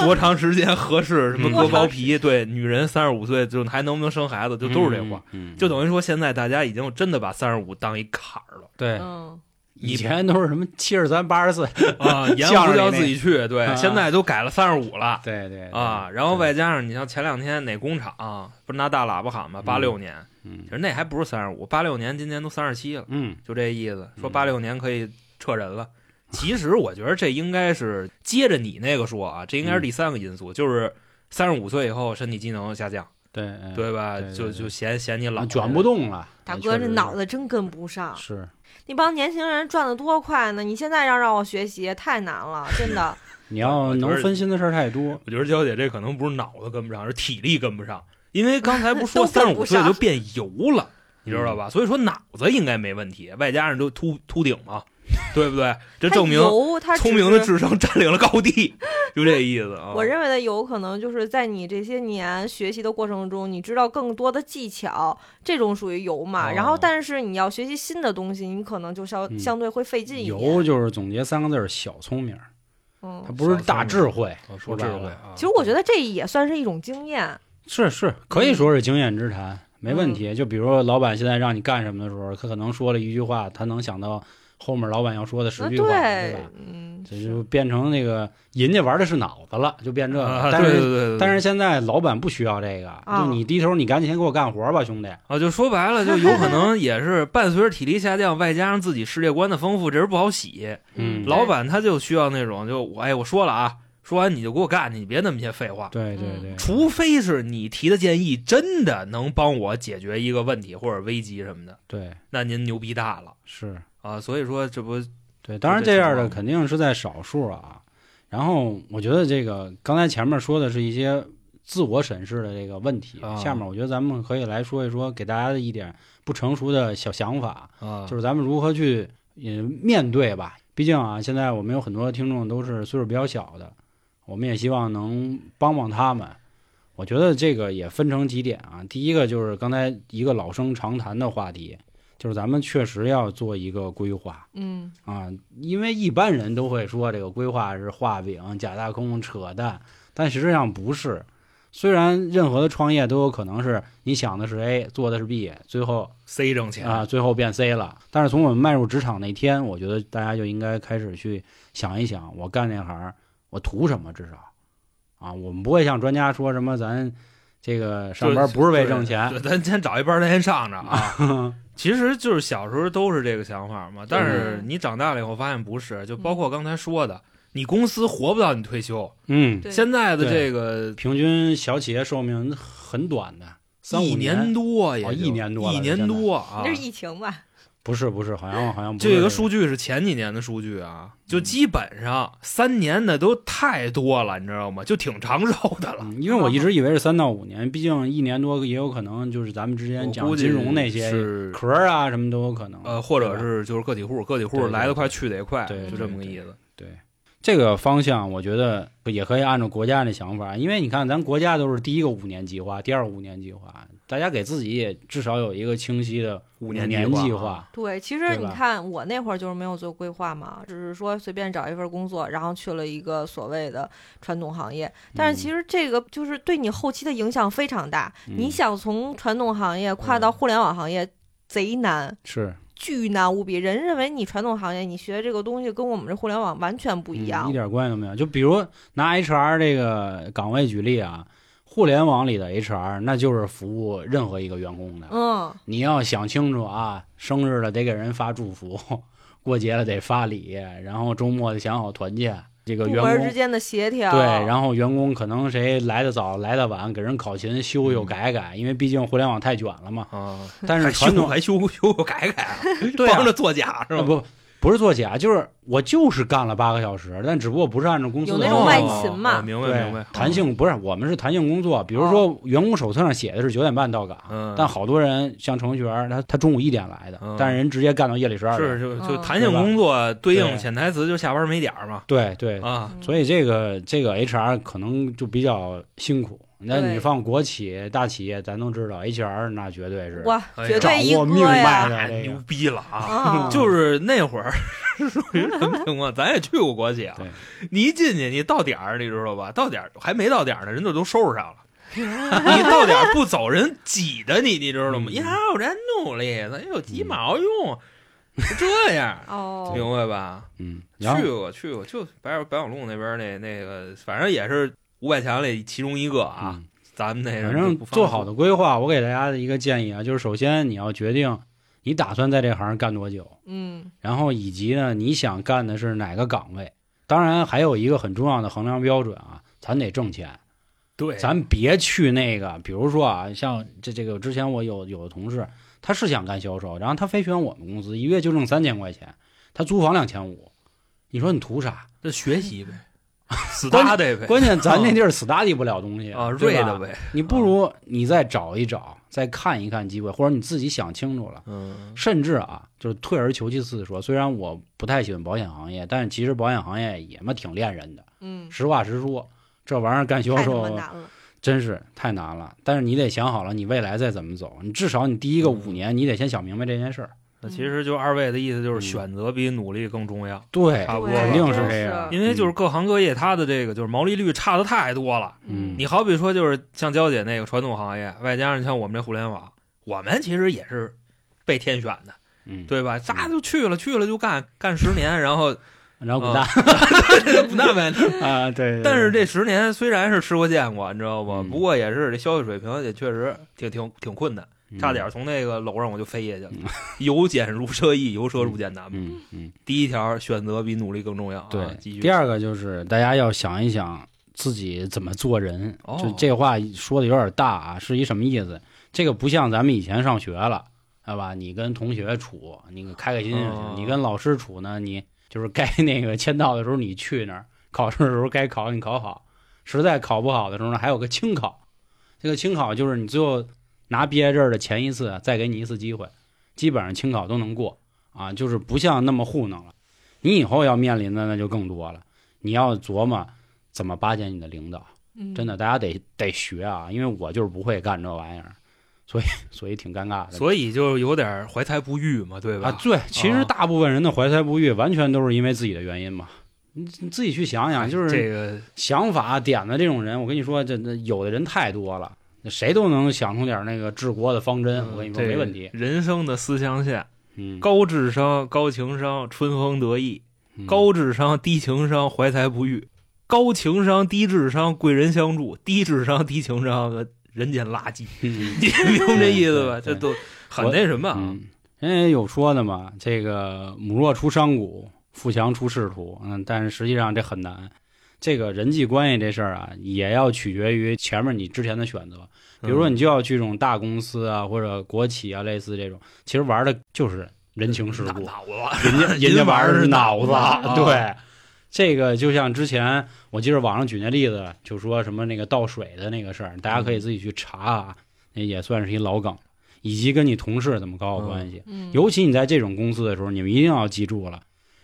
S2: 多长时间合适，什么
S1: 嗯
S2: 割包皮，对，女人三十五岁就还能不能生孩子，就都是这话，，
S1: 嗯，
S2: 就等于说现在大家已经真的把三十五当一坎儿了
S1: 对。
S3: 嗯，
S1: 以前都是什么七十三、八十四，
S2: 啊，言
S1: 相
S2: 不
S1: 声
S2: 叫
S1: 里那
S2: 自己去，对，
S1: 啊
S2: 现在都改了三十五了。
S1: 对对
S2: 啊，然后外加上你像前两天哪工厂、不是拿大喇叭喊吗？八六年，
S1: 嗯
S2: 其实那还不是三十五，八六年今年都三十七了，
S1: 嗯
S2: 就这意思。说
S1: 嗯
S2: 八六年可以撤人了，其实我觉得这应该是接着你那个说啊，这应该
S1: 嗯
S2: 是第三个因素，就是三十五岁以后身体机能下降，
S1: 对
S2: 对吧？
S1: 哎对对
S2: 就
S1: 对
S2: 就嫌嫌你老
S1: 啊，卷不动了。
S2: 哎
S3: 大哥这脑
S1: 子
S3: 子真跟不上，
S1: 是
S3: 那帮年轻人赚的多快呢？你现在要让我学习太难了，真的。
S1: 你要
S2: 我觉得
S1: 能分心的事儿太多，
S2: 我觉得娇姐这可能不是脑子跟不上，是体力跟不上。因为刚才不是说
S3: 都
S2: 三十
S3: 跟
S2: 五
S3: 不
S2: 岁
S3: 上嗯
S2: 就变油了，你知道吧？所以说脑子应该没问题，外加上就秃秃顶嘛，对不对？这
S3: 他
S2: 证明
S3: 油，他只
S2: 聪明的
S3: 是
S2: 智商占领了高地， 就这意思啊。
S3: 我认为的有可能就是在你这些年学习的过程中，你知道更多的技巧，这种属于油嘛。
S2: 哦
S3: 然后，但是你要学习新的东西，你可能就相、
S1: 嗯
S3: 相对会费劲一
S1: 油
S3: 点。
S1: 就是总结三个字儿小聪明，它
S3: 嗯，
S1: 不是大智慧
S2: 啊，
S1: 说
S2: 说
S1: 白
S2: 智
S1: 了
S2: 慧啊，
S3: 其实我觉得这也算是一种经验。
S1: 是是可
S3: 嗯
S1: 以说是经验之谈，没问题。就比如说老板现在让你干什么的时候，他可能说了一句话，他能想到后面老板要说的十
S3: 啊，
S1: 句话，
S3: 对
S1: 吧？，
S3: 嗯，
S1: 这
S3: 是
S1: 就变成那个人家玩的是脑子了，就变这
S2: 啊
S1: 个。
S2: 对
S1: 但
S2: 对
S1: 是
S2: 对对，
S1: 但是现在老板不需要这个，
S3: 啊
S1: 就你低头，你赶紧先给我干活吧，兄弟。
S2: 啊，就说白了，就有可能也是伴随着体力下降，外加上自己世界观的丰富，这人不好洗。
S1: 嗯
S2: 老板他就需要那种，就我哎，我说了啊，说完你就给我干，你别那么些废话。
S1: 对对对，
S2: 除非是你提的建议真的能帮我解决一个问题或者危机什么的，
S1: 对
S2: 那您牛逼大了
S1: 是。
S2: 啊！所以说这不
S1: 对，当然
S2: 这
S1: 这样
S2: 情
S1: 的
S2: 况
S1: 肯定是在少数啊。然后我觉得这个刚才前面说的是一些自我审视的这个问题，
S2: 啊
S1: 下面我觉得咱们可以来说一说给大家的一点不成熟的小想法，
S2: 啊
S1: 就是咱们如何去嗯面对吧。毕竟啊，现在我们有很多听众都是岁数比较小的，我们也希望能帮帮他们。我觉得这个也分成几点啊。第一个就是刚才一个老生常谈的话题，就是咱们确实要做一个规划
S3: 嗯
S1: 啊，因为一般人都会说这个规划是画饼、假大空、扯淡，但实际上不是。虽然任何的创业都有可能是你想的是 A，做的是 B，最后
S2: C 挣钱
S1: 啊，最后变 C 了。但是从我们迈入职场那天，我觉得大家就应该开始去想一想，我干这行我图什么？至少啊，我们不会像专家说什么咱这个上班不是为挣钱
S2: 对，咱先找一班儿咱先上着啊。 其实就是小时候都是这个想法嘛，但是你长大了以后发现不是，就包括刚才说的，你公司活不到你退休。
S1: 嗯，
S3: 对
S2: 现在的这个
S1: 平均小企业寿命很短的，三
S2: 一
S1: 五
S2: 年多也
S1: 哦
S2: 就
S1: 一年多了
S2: 一年多啊
S3: 那。是疫情吧？
S1: 不是不是，好像好像不是
S2: 这个数据是前几年的数据啊，就基本上三年的都太多了，你知道吗？就挺长寿的了。
S1: 嗯，因为我一直以为是三到五年，毕竟一年多也有可能就是咱们之前
S2: 我
S1: 讲
S2: 估计
S1: 金融那些
S2: 是
S1: 壳儿啊什么都有可能，
S2: 呃，或者
S1: 对吧
S2: 是就是个体户，个体
S1: 对
S2: 户
S1: 对
S2: 来得快
S1: 对
S2: 去得也快
S1: 对，
S2: 就
S1: 对
S2: 这么个
S1: 对
S2: 意思。
S1: 对这个方向，我觉得也可以按照国家的想法，因为你看咱国家都是第一个五年计划，第二五年计划，大家给自己也至少有一个清晰的
S2: 五
S1: 五
S2: 年
S1: 年
S2: 计
S1: 计
S2: 划啊
S1: 划。
S3: 对，其实
S1: 对
S3: 你
S1: 吧
S3: 看我那会儿就是没有做规划嘛，只是说随便找一份工作，然后去了一个所谓的传统行业。但是其实这个就是对你后期的影响非常大。
S1: 嗯
S3: 你想从传统行业跨到互联网行业，贼难，
S1: 是
S3: 巨难无比。人认为你传统行业你学这个东西跟我们这互联网完全不一
S1: 嗯
S3: 样
S1: 一。点关系都没有。就比如拿 HR 这个岗位举例啊，互联网里的 HR 那就是服务任何一个员工的。
S3: 嗯，
S1: 你要想清楚啊，生日了得给人发祝福，过节了得发礼，然后周末得想好团建。这个
S3: 部
S1: 员
S3: 门
S1: 工
S3: 之间的协调。
S1: 对，然后员工可能谁来的早来的晚，给人考勤修修
S2: 嗯
S1: 改改，因为毕竟互联网太卷了嘛。
S2: 啊，
S3: 嗯
S1: 但是
S2: 还
S1: 传
S2: 修
S1: 统
S2: 还修 修改改啊，
S1: 对啊
S2: 帮着作假是
S1: 呃
S2: 吧？
S1: 不不是做假，就是我就是干了八个小时，但只不过不是按照公司
S3: 有
S1: 的
S3: 那种
S1: 要
S3: 外
S1: 求
S3: 勤嘛
S2: 哦明白
S1: 对
S2: 明白，
S1: 弹性不是我们是弹性工作，比如
S3: 哦
S1: 说员工手册上写的是九点半到岗，
S2: 嗯
S1: 但好多人像程序员，他他中午一点来的，
S2: 嗯
S1: 但是人直接干到夜里十二点。
S2: 是就就
S3: 嗯
S2: 弹性工作对应
S1: 对
S2: 潜台词就是下班没点儿嘛
S1: 对对，
S2: 啊，
S3: 嗯
S1: 所以这个这个 HR 可能就比较辛苦。那
S3: 对
S1: 你放国企、大企业，咱都知道 HR 那绝对是
S3: 哇，
S2: 哎呀
S3: 绝
S1: 掌
S3: 对一
S1: 握
S3: 哥
S1: 命脉
S3: 呀！
S1: 的
S2: 太
S1: 这
S2: 哎牛
S1: 个。
S2: 逼了 啊！
S3: 啊，，
S2: 就是那会儿 属于什么情况？咱也去过国企啊
S1: 对，
S2: 你一进去，你到点儿，你知道吧？到点儿还没到点儿呢，人就都收拾 上了。你到点儿不走，人挤着你，你知道吗？
S1: 嗯
S2: 呀，我真努力，咱有哎鸡 毛用？就这样
S3: 哦，
S2: 明白吧？
S1: 嗯，然
S2: 去
S1: 后
S2: 过去过，就白白小路那边那那个，反正也是五百强里其中一个啊。
S1: 嗯，
S2: 咱们那个
S1: 反
S2: 就
S1: 正
S2: 不放
S1: 做好的规划，我给大家的一个建议啊，就是首先你要决定你打算在这行干多久，
S3: 嗯，
S1: 然后以及呢你想干的是哪个岗位。当然，还有一个很重要的衡量标准啊，咱得挣钱。
S2: 对，
S1: 咱别去那个，比如说啊，像这这个之前我有有的同事，他是想干销售，然后他非选我们公司，一月就挣三千块钱，他租房两千五，你说你图啥？
S2: 这学习呗，死
S1: 关
S2: 搭的呗，
S1: 关键 咱那地儿 study 不了东西
S2: 啊
S1: 对
S2: 瑞
S1: 吧
S2: 的呗，啊
S1: 你不如你再找一找，再看一看机会，或者你自己想清楚了。
S2: 嗯，
S1: 甚至啊，就是退而求其次地说，虽然我不太喜欢保险行业，但是其实保险行业也嘛挺练人的。
S3: 嗯，
S1: 实话实说，这玩意儿干销
S3: 太他
S1: 售
S3: 妈难了。
S1: 真是太难了。但是你得想好了，你未来再怎么走，你至少你第一
S2: 嗯
S1: 个五年，你得先想明白这件事儿。
S2: 那其实就二位的意思
S1: 嗯
S2: 就是选择比努力更重要，
S1: 对，
S2: 差不多
S3: 对啊
S1: 肯
S2: 了。
S1: 定是啊
S3: 真
S1: 这
S3: 是
S1: 样，
S2: 因为就是各行各业，它的这个就是毛利率差的太多了。
S1: 嗯，
S2: 你好比说，就是像娇姐那个传统行业，外加上像我们这互联网，我们其实也是被天选的，
S1: 嗯，嗯，
S2: 对吧？咱就去了，去了就干，干十年，然后
S1: 然后股大
S2: 那呗。
S1: 啊，对。对
S2: 嗯但是
S1: 对
S2: 这十年虽然是吃过见过，你知道吗？
S1: 嗯
S2: 不过也是这消费水平也确实挺挺挺困难。
S1: 嗯
S2: 差点从那个楼上我就飞下去了
S1: 嗯。
S2: 由俭入奢易，由奢入俭难嘛。
S1: 嗯嗯，
S2: 第一条，选择比努力更重要啊。
S1: 对。
S2: 继续
S1: 第二个就是大家要想一想自己怎么做人，
S2: 哦
S1: 就这话说的有点大啊，是一什么意思？这个不像咱们以前上学了，对吧？你跟同学处，你开开心心就行；
S2: 哦
S1: 你跟老师处呢，你就是该那个签到的时候你去那儿， 考试的时候该考你考好，实在考不好的时候呢，还有个清考。这个清考就是你最后拿毕业证的前一次再给你一次机会，基本上清考都能过啊，就是不像那么糊弄了。你以后要面临的那就更多了，你要琢磨怎么巴结你的领导，
S3: 嗯
S1: 真的，大家得得学啊，因为我就是不会干这玩意儿，所以所以挺尴尬的。
S2: 所以就有点怀才不遇嘛，对吧？
S1: 啊，对，其实大部分人的怀才不遇，完全都是因为自己的原因嘛。你你自己去想想，就是
S2: 哎这个
S1: 想法点子这种人，我跟你说，这这有的人太多了，谁都能想出点那个治国的方针。我跟你说
S2: 嗯
S1: 没
S2: 这
S1: 问题。
S2: 人生的思想线，
S1: 嗯，
S2: 高智商、高情商、春风得意；
S1: 嗯
S2: 高智商、低情商、怀才不遇；高情商、低智商、贵人相助；低智商、低情商，呃人间垃圾。
S1: 嗯
S2: 你明白这意思吧？
S1: 对对
S2: 这都很那什么啊。
S1: 嗯，人家有说的嘛，这个母弱出商贾，富强出仕途。嗯，但是实际上这很难。这个人际关系这事儿啊，也要取决于前面你之前的选择。比
S2: 嗯
S1: 如说，你就要去这种大公司啊，或者国企啊，类似这种，其实玩的就是人情世故。
S2: 打我吧，
S1: 人家人
S2: 人
S1: 家
S2: 家
S1: 玩
S2: 玩
S1: 的
S2: 的
S1: 是
S2: 是
S1: 脑
S2: 脑
S1: 子，啊
S2: 子啊
S1: 对。这个就像之前，我记得网上举那例子，就说什么那个倒水的那个事儿，大家可
S2: 嗯
S1: 以自己去查啊，那也算是一老梗，以及跟你同事怎么搞好关系。
S3: 嗯，
S1: 尤其你在这种公司的时候，你们一定要记住了，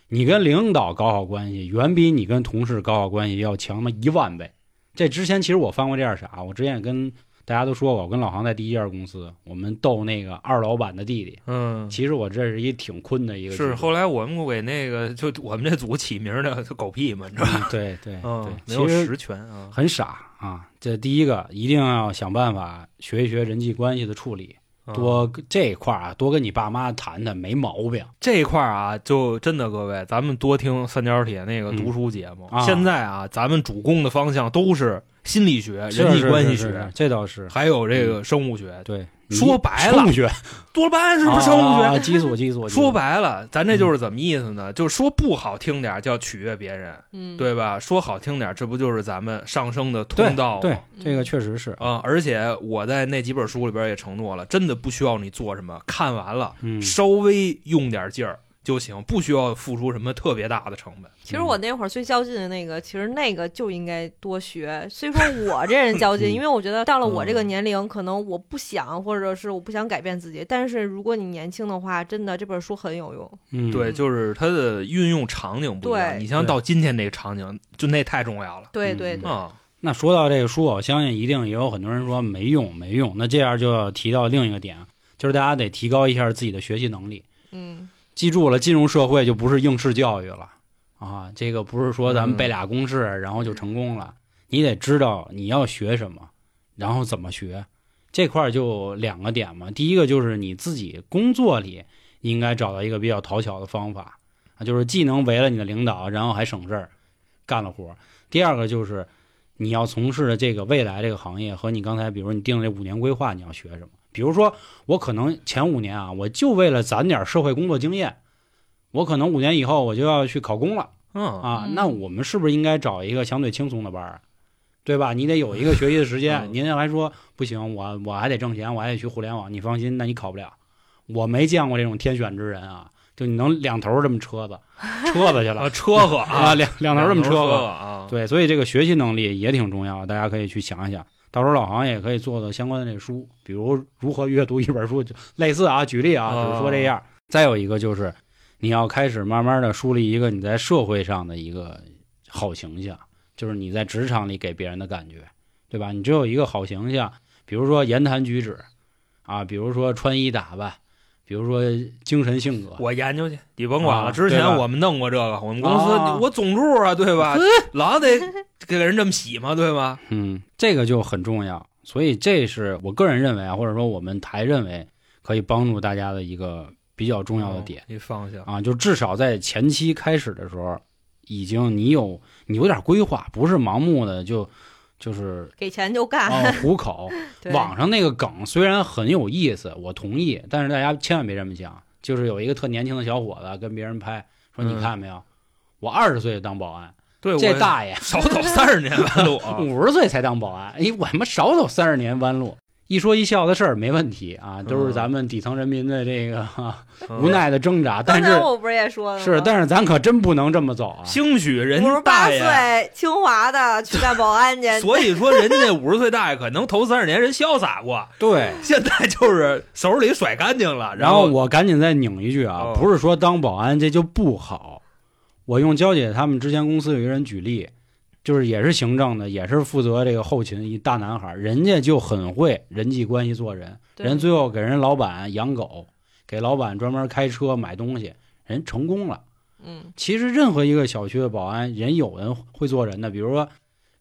S1: 你跟领导搞好关系，远比你跟同事搞好关系要强他妈一万倍。这之前其实我犯过这样傻，我之前也跟大家都说过，我跟老航在第一家公司，我们斗那个二老板的弟弟，
S2: 嗯，
S1: 其实我这是一挺困的一个。
S2: 是后来我们给那个就我们这组起名的就狗屁嘛，你知道吗？
S1: 嗯 对对
S2: 嗯，
S1: 对，
S2: 没有
S1: 其实
S2: 实权啊。
S1: 很傻啊。这第一个一定要想办法学一学人际关系的处理，
S2: 嗯
S1: 多这一块儿啊，多跟你爸妈谈谈，没毛病。
S2: 这一块儿啊，就真的各位，咱们多听三角铁那个
S1: 嗯
S2: 读书节目。
S1: 啊
S2: 现在啊，咱们主攻的方向都是心理学、
S1: 是
S2: 人
S1: 是
S2: 际关系
S1: 是
S2: 学，
S1: 是嗯这倒是
S2: 还有这个生物学。
S1: 对。
S2: 说白了
S1: 生物学
S2: 多巴胺是 不是生物学？
S1: 啊？嗯激素激 素。激素
S2: 说白了，咱这就是怎么意思呢？就说不好听点儿叫取悦别人，
S3: 嗯，
S2: 对吧？说好听点儿，这不就是咱们上升的通道吗？
S1: 对
S2: 啊、
S1: 这个确实是，
S2: 而且我在那几本书里边也承诺了，真的不需要你做什么，看完了
S1: 嗯，
S2: 稍微用点劲儿就行，不需要付出什么特别大的成本。
S3: 其实我那会儿最较劲的那个，其实那个就应该多学。虽说我这人较劲，
S1: 嗯
S3: 因为我觉得到了我这个
S2: 嗯
S3: 年龄，可能我不想，或者是我不想改变自己。但是如果你年轻的话，真的这本书很有用。
S1: 嗯
S2: 对，
S3: 嗯
S2: 就是它的运用场景不一样。
S3: 对
S2: 你像到今天这个场景，就那太重要了
S3: 对
S1: 嗯
S3: 对对，
S2: 啊、
S1: 那说到这个书，我相信一定也有很多人说没用没用。那这样就要提到另一个点，就是大家得提高一下自己的学习能力。
S3: 嗯
S1: 记住了，进入社会就不是应试教育了啊，这个不是说咱们背俩公式、然后就成功了，你得知道你要学什么，然后怎么学。这块儿就两个点嘛，第一个就是你自己工作里应该找到一个比较讨巧的方法啊，就是既能为了你的领导，然后还省事儿，干了活儿。第二个就是你要从事的这个未来这个行业和你刚才比如你定的这五年规划，你要学什么？比如说我可能前五年啊，我就为了攒点社会工作经验，我可能五年以后我就要去考公了
S2: 嗯
S1: 啊，
S3: 嗯
S1: 那我们是不是应该找一个相对轻松的班儿？啊对吧？你得有一个学习的时 间。
S2: 嗯
S1: 您还说不行，我我还得挣钱，我还得去互联网。你放心，那你考不了。我没见过这种天选之人啊，就你能两头儿这么车子，车子去 了
S2: 啊，车和
S1: 啊，
S2: 啊，
S1: 两两头儿这么车
S2: 车
S1: 子。
S2: 啊，
S1: 对，所以这个学习能力也挺重要，大家可以去想一想。到时候老行也可以做做相关的这个书，比如如何阅读一本书，就类似啊，举例啊，
S2: 哦
S1: 比如说这样。再有一个就是，你要开始慢慢的树立一个你在社会上的一个好形象，就是你在职场里给别人的感觉，对吧？你只有一个好形象，比如说言谈举止，啊，比如说穿衣打扮，比如说精神性格，
S2: 我研究去，你甭管了。
S1: 啊
S2: 之
S1: 对吧
S2: 前我们弄过这个，我们公司、
S1: 啊
S2: 我总助啊，对吧？老得给人这么洗嘛，对吧？
S1: 嗯，这个就很重要。所以这是我个人认为啊，或者说我们台认为可以帮助大家的一个比较重要的点、
S2: 嗯你放下。
S1: 啊，就至少在前期开始的时候，已经你有你有点规划，不是盲目的就就是
S3: 给钱就干。
S1: 啊糊口。
S3: 对，
S1: 网上那个梗虽然很有意思，我同意，但是大家千万别这么想。就是有一个特年轻的小伙子跟别人拍，说你
S2: 嗯
S1: 看没有，我二十岁就当保安，
S2: 对，
S1: 这
S2: 我
S1: 大爷
S2: 少走三十年弯路啊。
S1: 五十岁才当保安，哎，我他妈少走三十年弯路。一说一笑的事儿没问题啊，都是咱们底层人民的这个、哈
S2: 嗯
S1: 无，奈的啊挣扎。
S3: 刚
S1: 但
S3: 才
S1: 是
S3: 我不是也说了吗？
S1: 是，但是咱可真不能这么走啊！
S2: 兴许人
S3: 五十八
S2: 大爷，，
S3: 岁清华的去干保安去
S2: 所以说人家那五十岁大爷可能头三十年人潇洒过，
S1: 对，
S2: 现在就是手里甩干净了，
S1: 然后
S2: 后
S1: 我赶紧再拧一句啊，
S2: 哦
S1: 不是说当保安这就不好。我用娇姐他们之前公司有一个人举例，就是也是行政的，也是负责这个后勤一大男孩儿，人家就很会人际关系做人，
S3: 对
S1: 人最后给人老板养狗，给老板专门开车买东西，人成功了。
S3: 嗯
S1: 其实任何一个小区的保安，人有人会做人的，比如说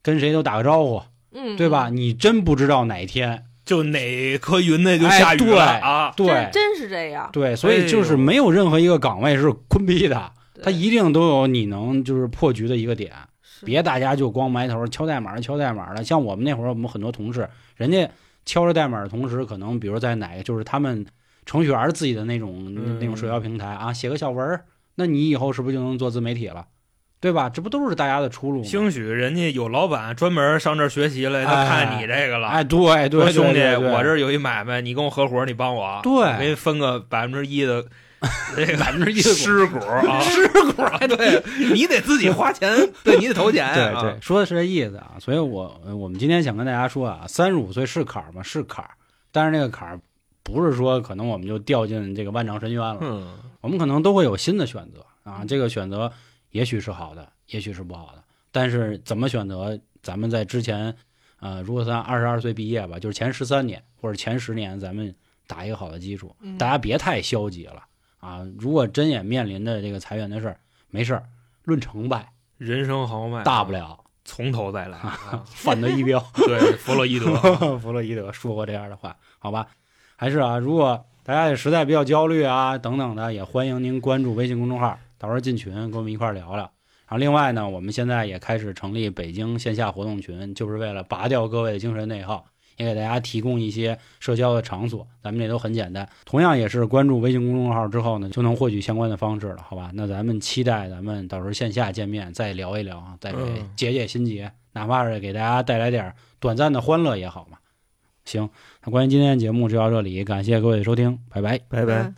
S1: 跟谁都打个招呼，
S3: 嗯，
S1: 对吧？
S3: 嗯？
S1: 你真不知道哪天
S2: 就哪颗云那就下雨了
S1: 哎对
S2: 啊！
S1: 对
S3: 真真是这样。
S1: 对，所以就是没有任何一个岗位是 坤逼的，他一定都有你能就是破局的一个点。
S3: 是
S1: 别大家就光埋头敲代码儿敲代码儿了。像我们那会儿，我们很多同事，人家敲着代码儿的同时，可能比如在哪个就是他们程序员儿自己的那种、
S2: 嗯
S1: 那种社交平台啊，写个小文儿，那你以后是不是就能做自媒体了？对吧？这不都是大家的出路吗？
S2: 兴许人家有老板专门上这儿学习来，他看你这个了。
S1: 哎，对对对，
S2: 说兄弟，
S1: 对对
S2: 我这儿有一买卖，你跟我合伙，你帮我，啊
S1: 对
S2: 我给你分个百分之 一的这个
S1: 百分之一的股
S2: 尸股 啊，尸股，对你得自己花钱，对你得投钱
S1: 对
S2: 啊，
S1: 对，说的是这意思啊。所以我呃我们今天想跟大家说啊，三十五岁是坎儿吗？是坎儿，但是那个坎儿不是说可能我们就掉进这个万丈深渊了。
S2: 嗯，
S1: 我们可能都会有新的选择啊，这个选择也许是好的，也许是不好的，但是怎么选择，咱们在之前，呃，如果咱二十二岁毕业吧，就是前十三年或者前十年，咱们打一个好的基础，
S3: 嗯
S1: 大家别太消极了啊。如果真也面临着这个裁员的事儿，没事儿，论成败，
S2: 人生豪迈，啊
S1: 大不了
S2: 从头再 来。啊
S1: 反德一标。
S2: 对，弗洛伊德，
S1: 弗洛伊德说过这样的话，好吧？还是啊，如果大家也实在比较焦虑啊等等的，也欢迎您关注微信公众号，到时候进群跟我们一块儿聊聊。然后另外呢，我们现在也开始成立北京线下活动群，就是为了拔掉各位的精神内耗，也给大家提供一些社交的场所。咱们这都很简单，同样也是关注微信公众号之后呢，就能获取相关的方式了，好吧？那咱们期待咱们到时候线下见面再聊一聊啊，再给
S2: 嗯
S1: 解解心结，哪怕是给大家带来点儿短暂的欢乐也好嘛。行，那关于今天的节目就到这里，感谢各位的收听，拜拜。
S2: 拜
S3: 嗯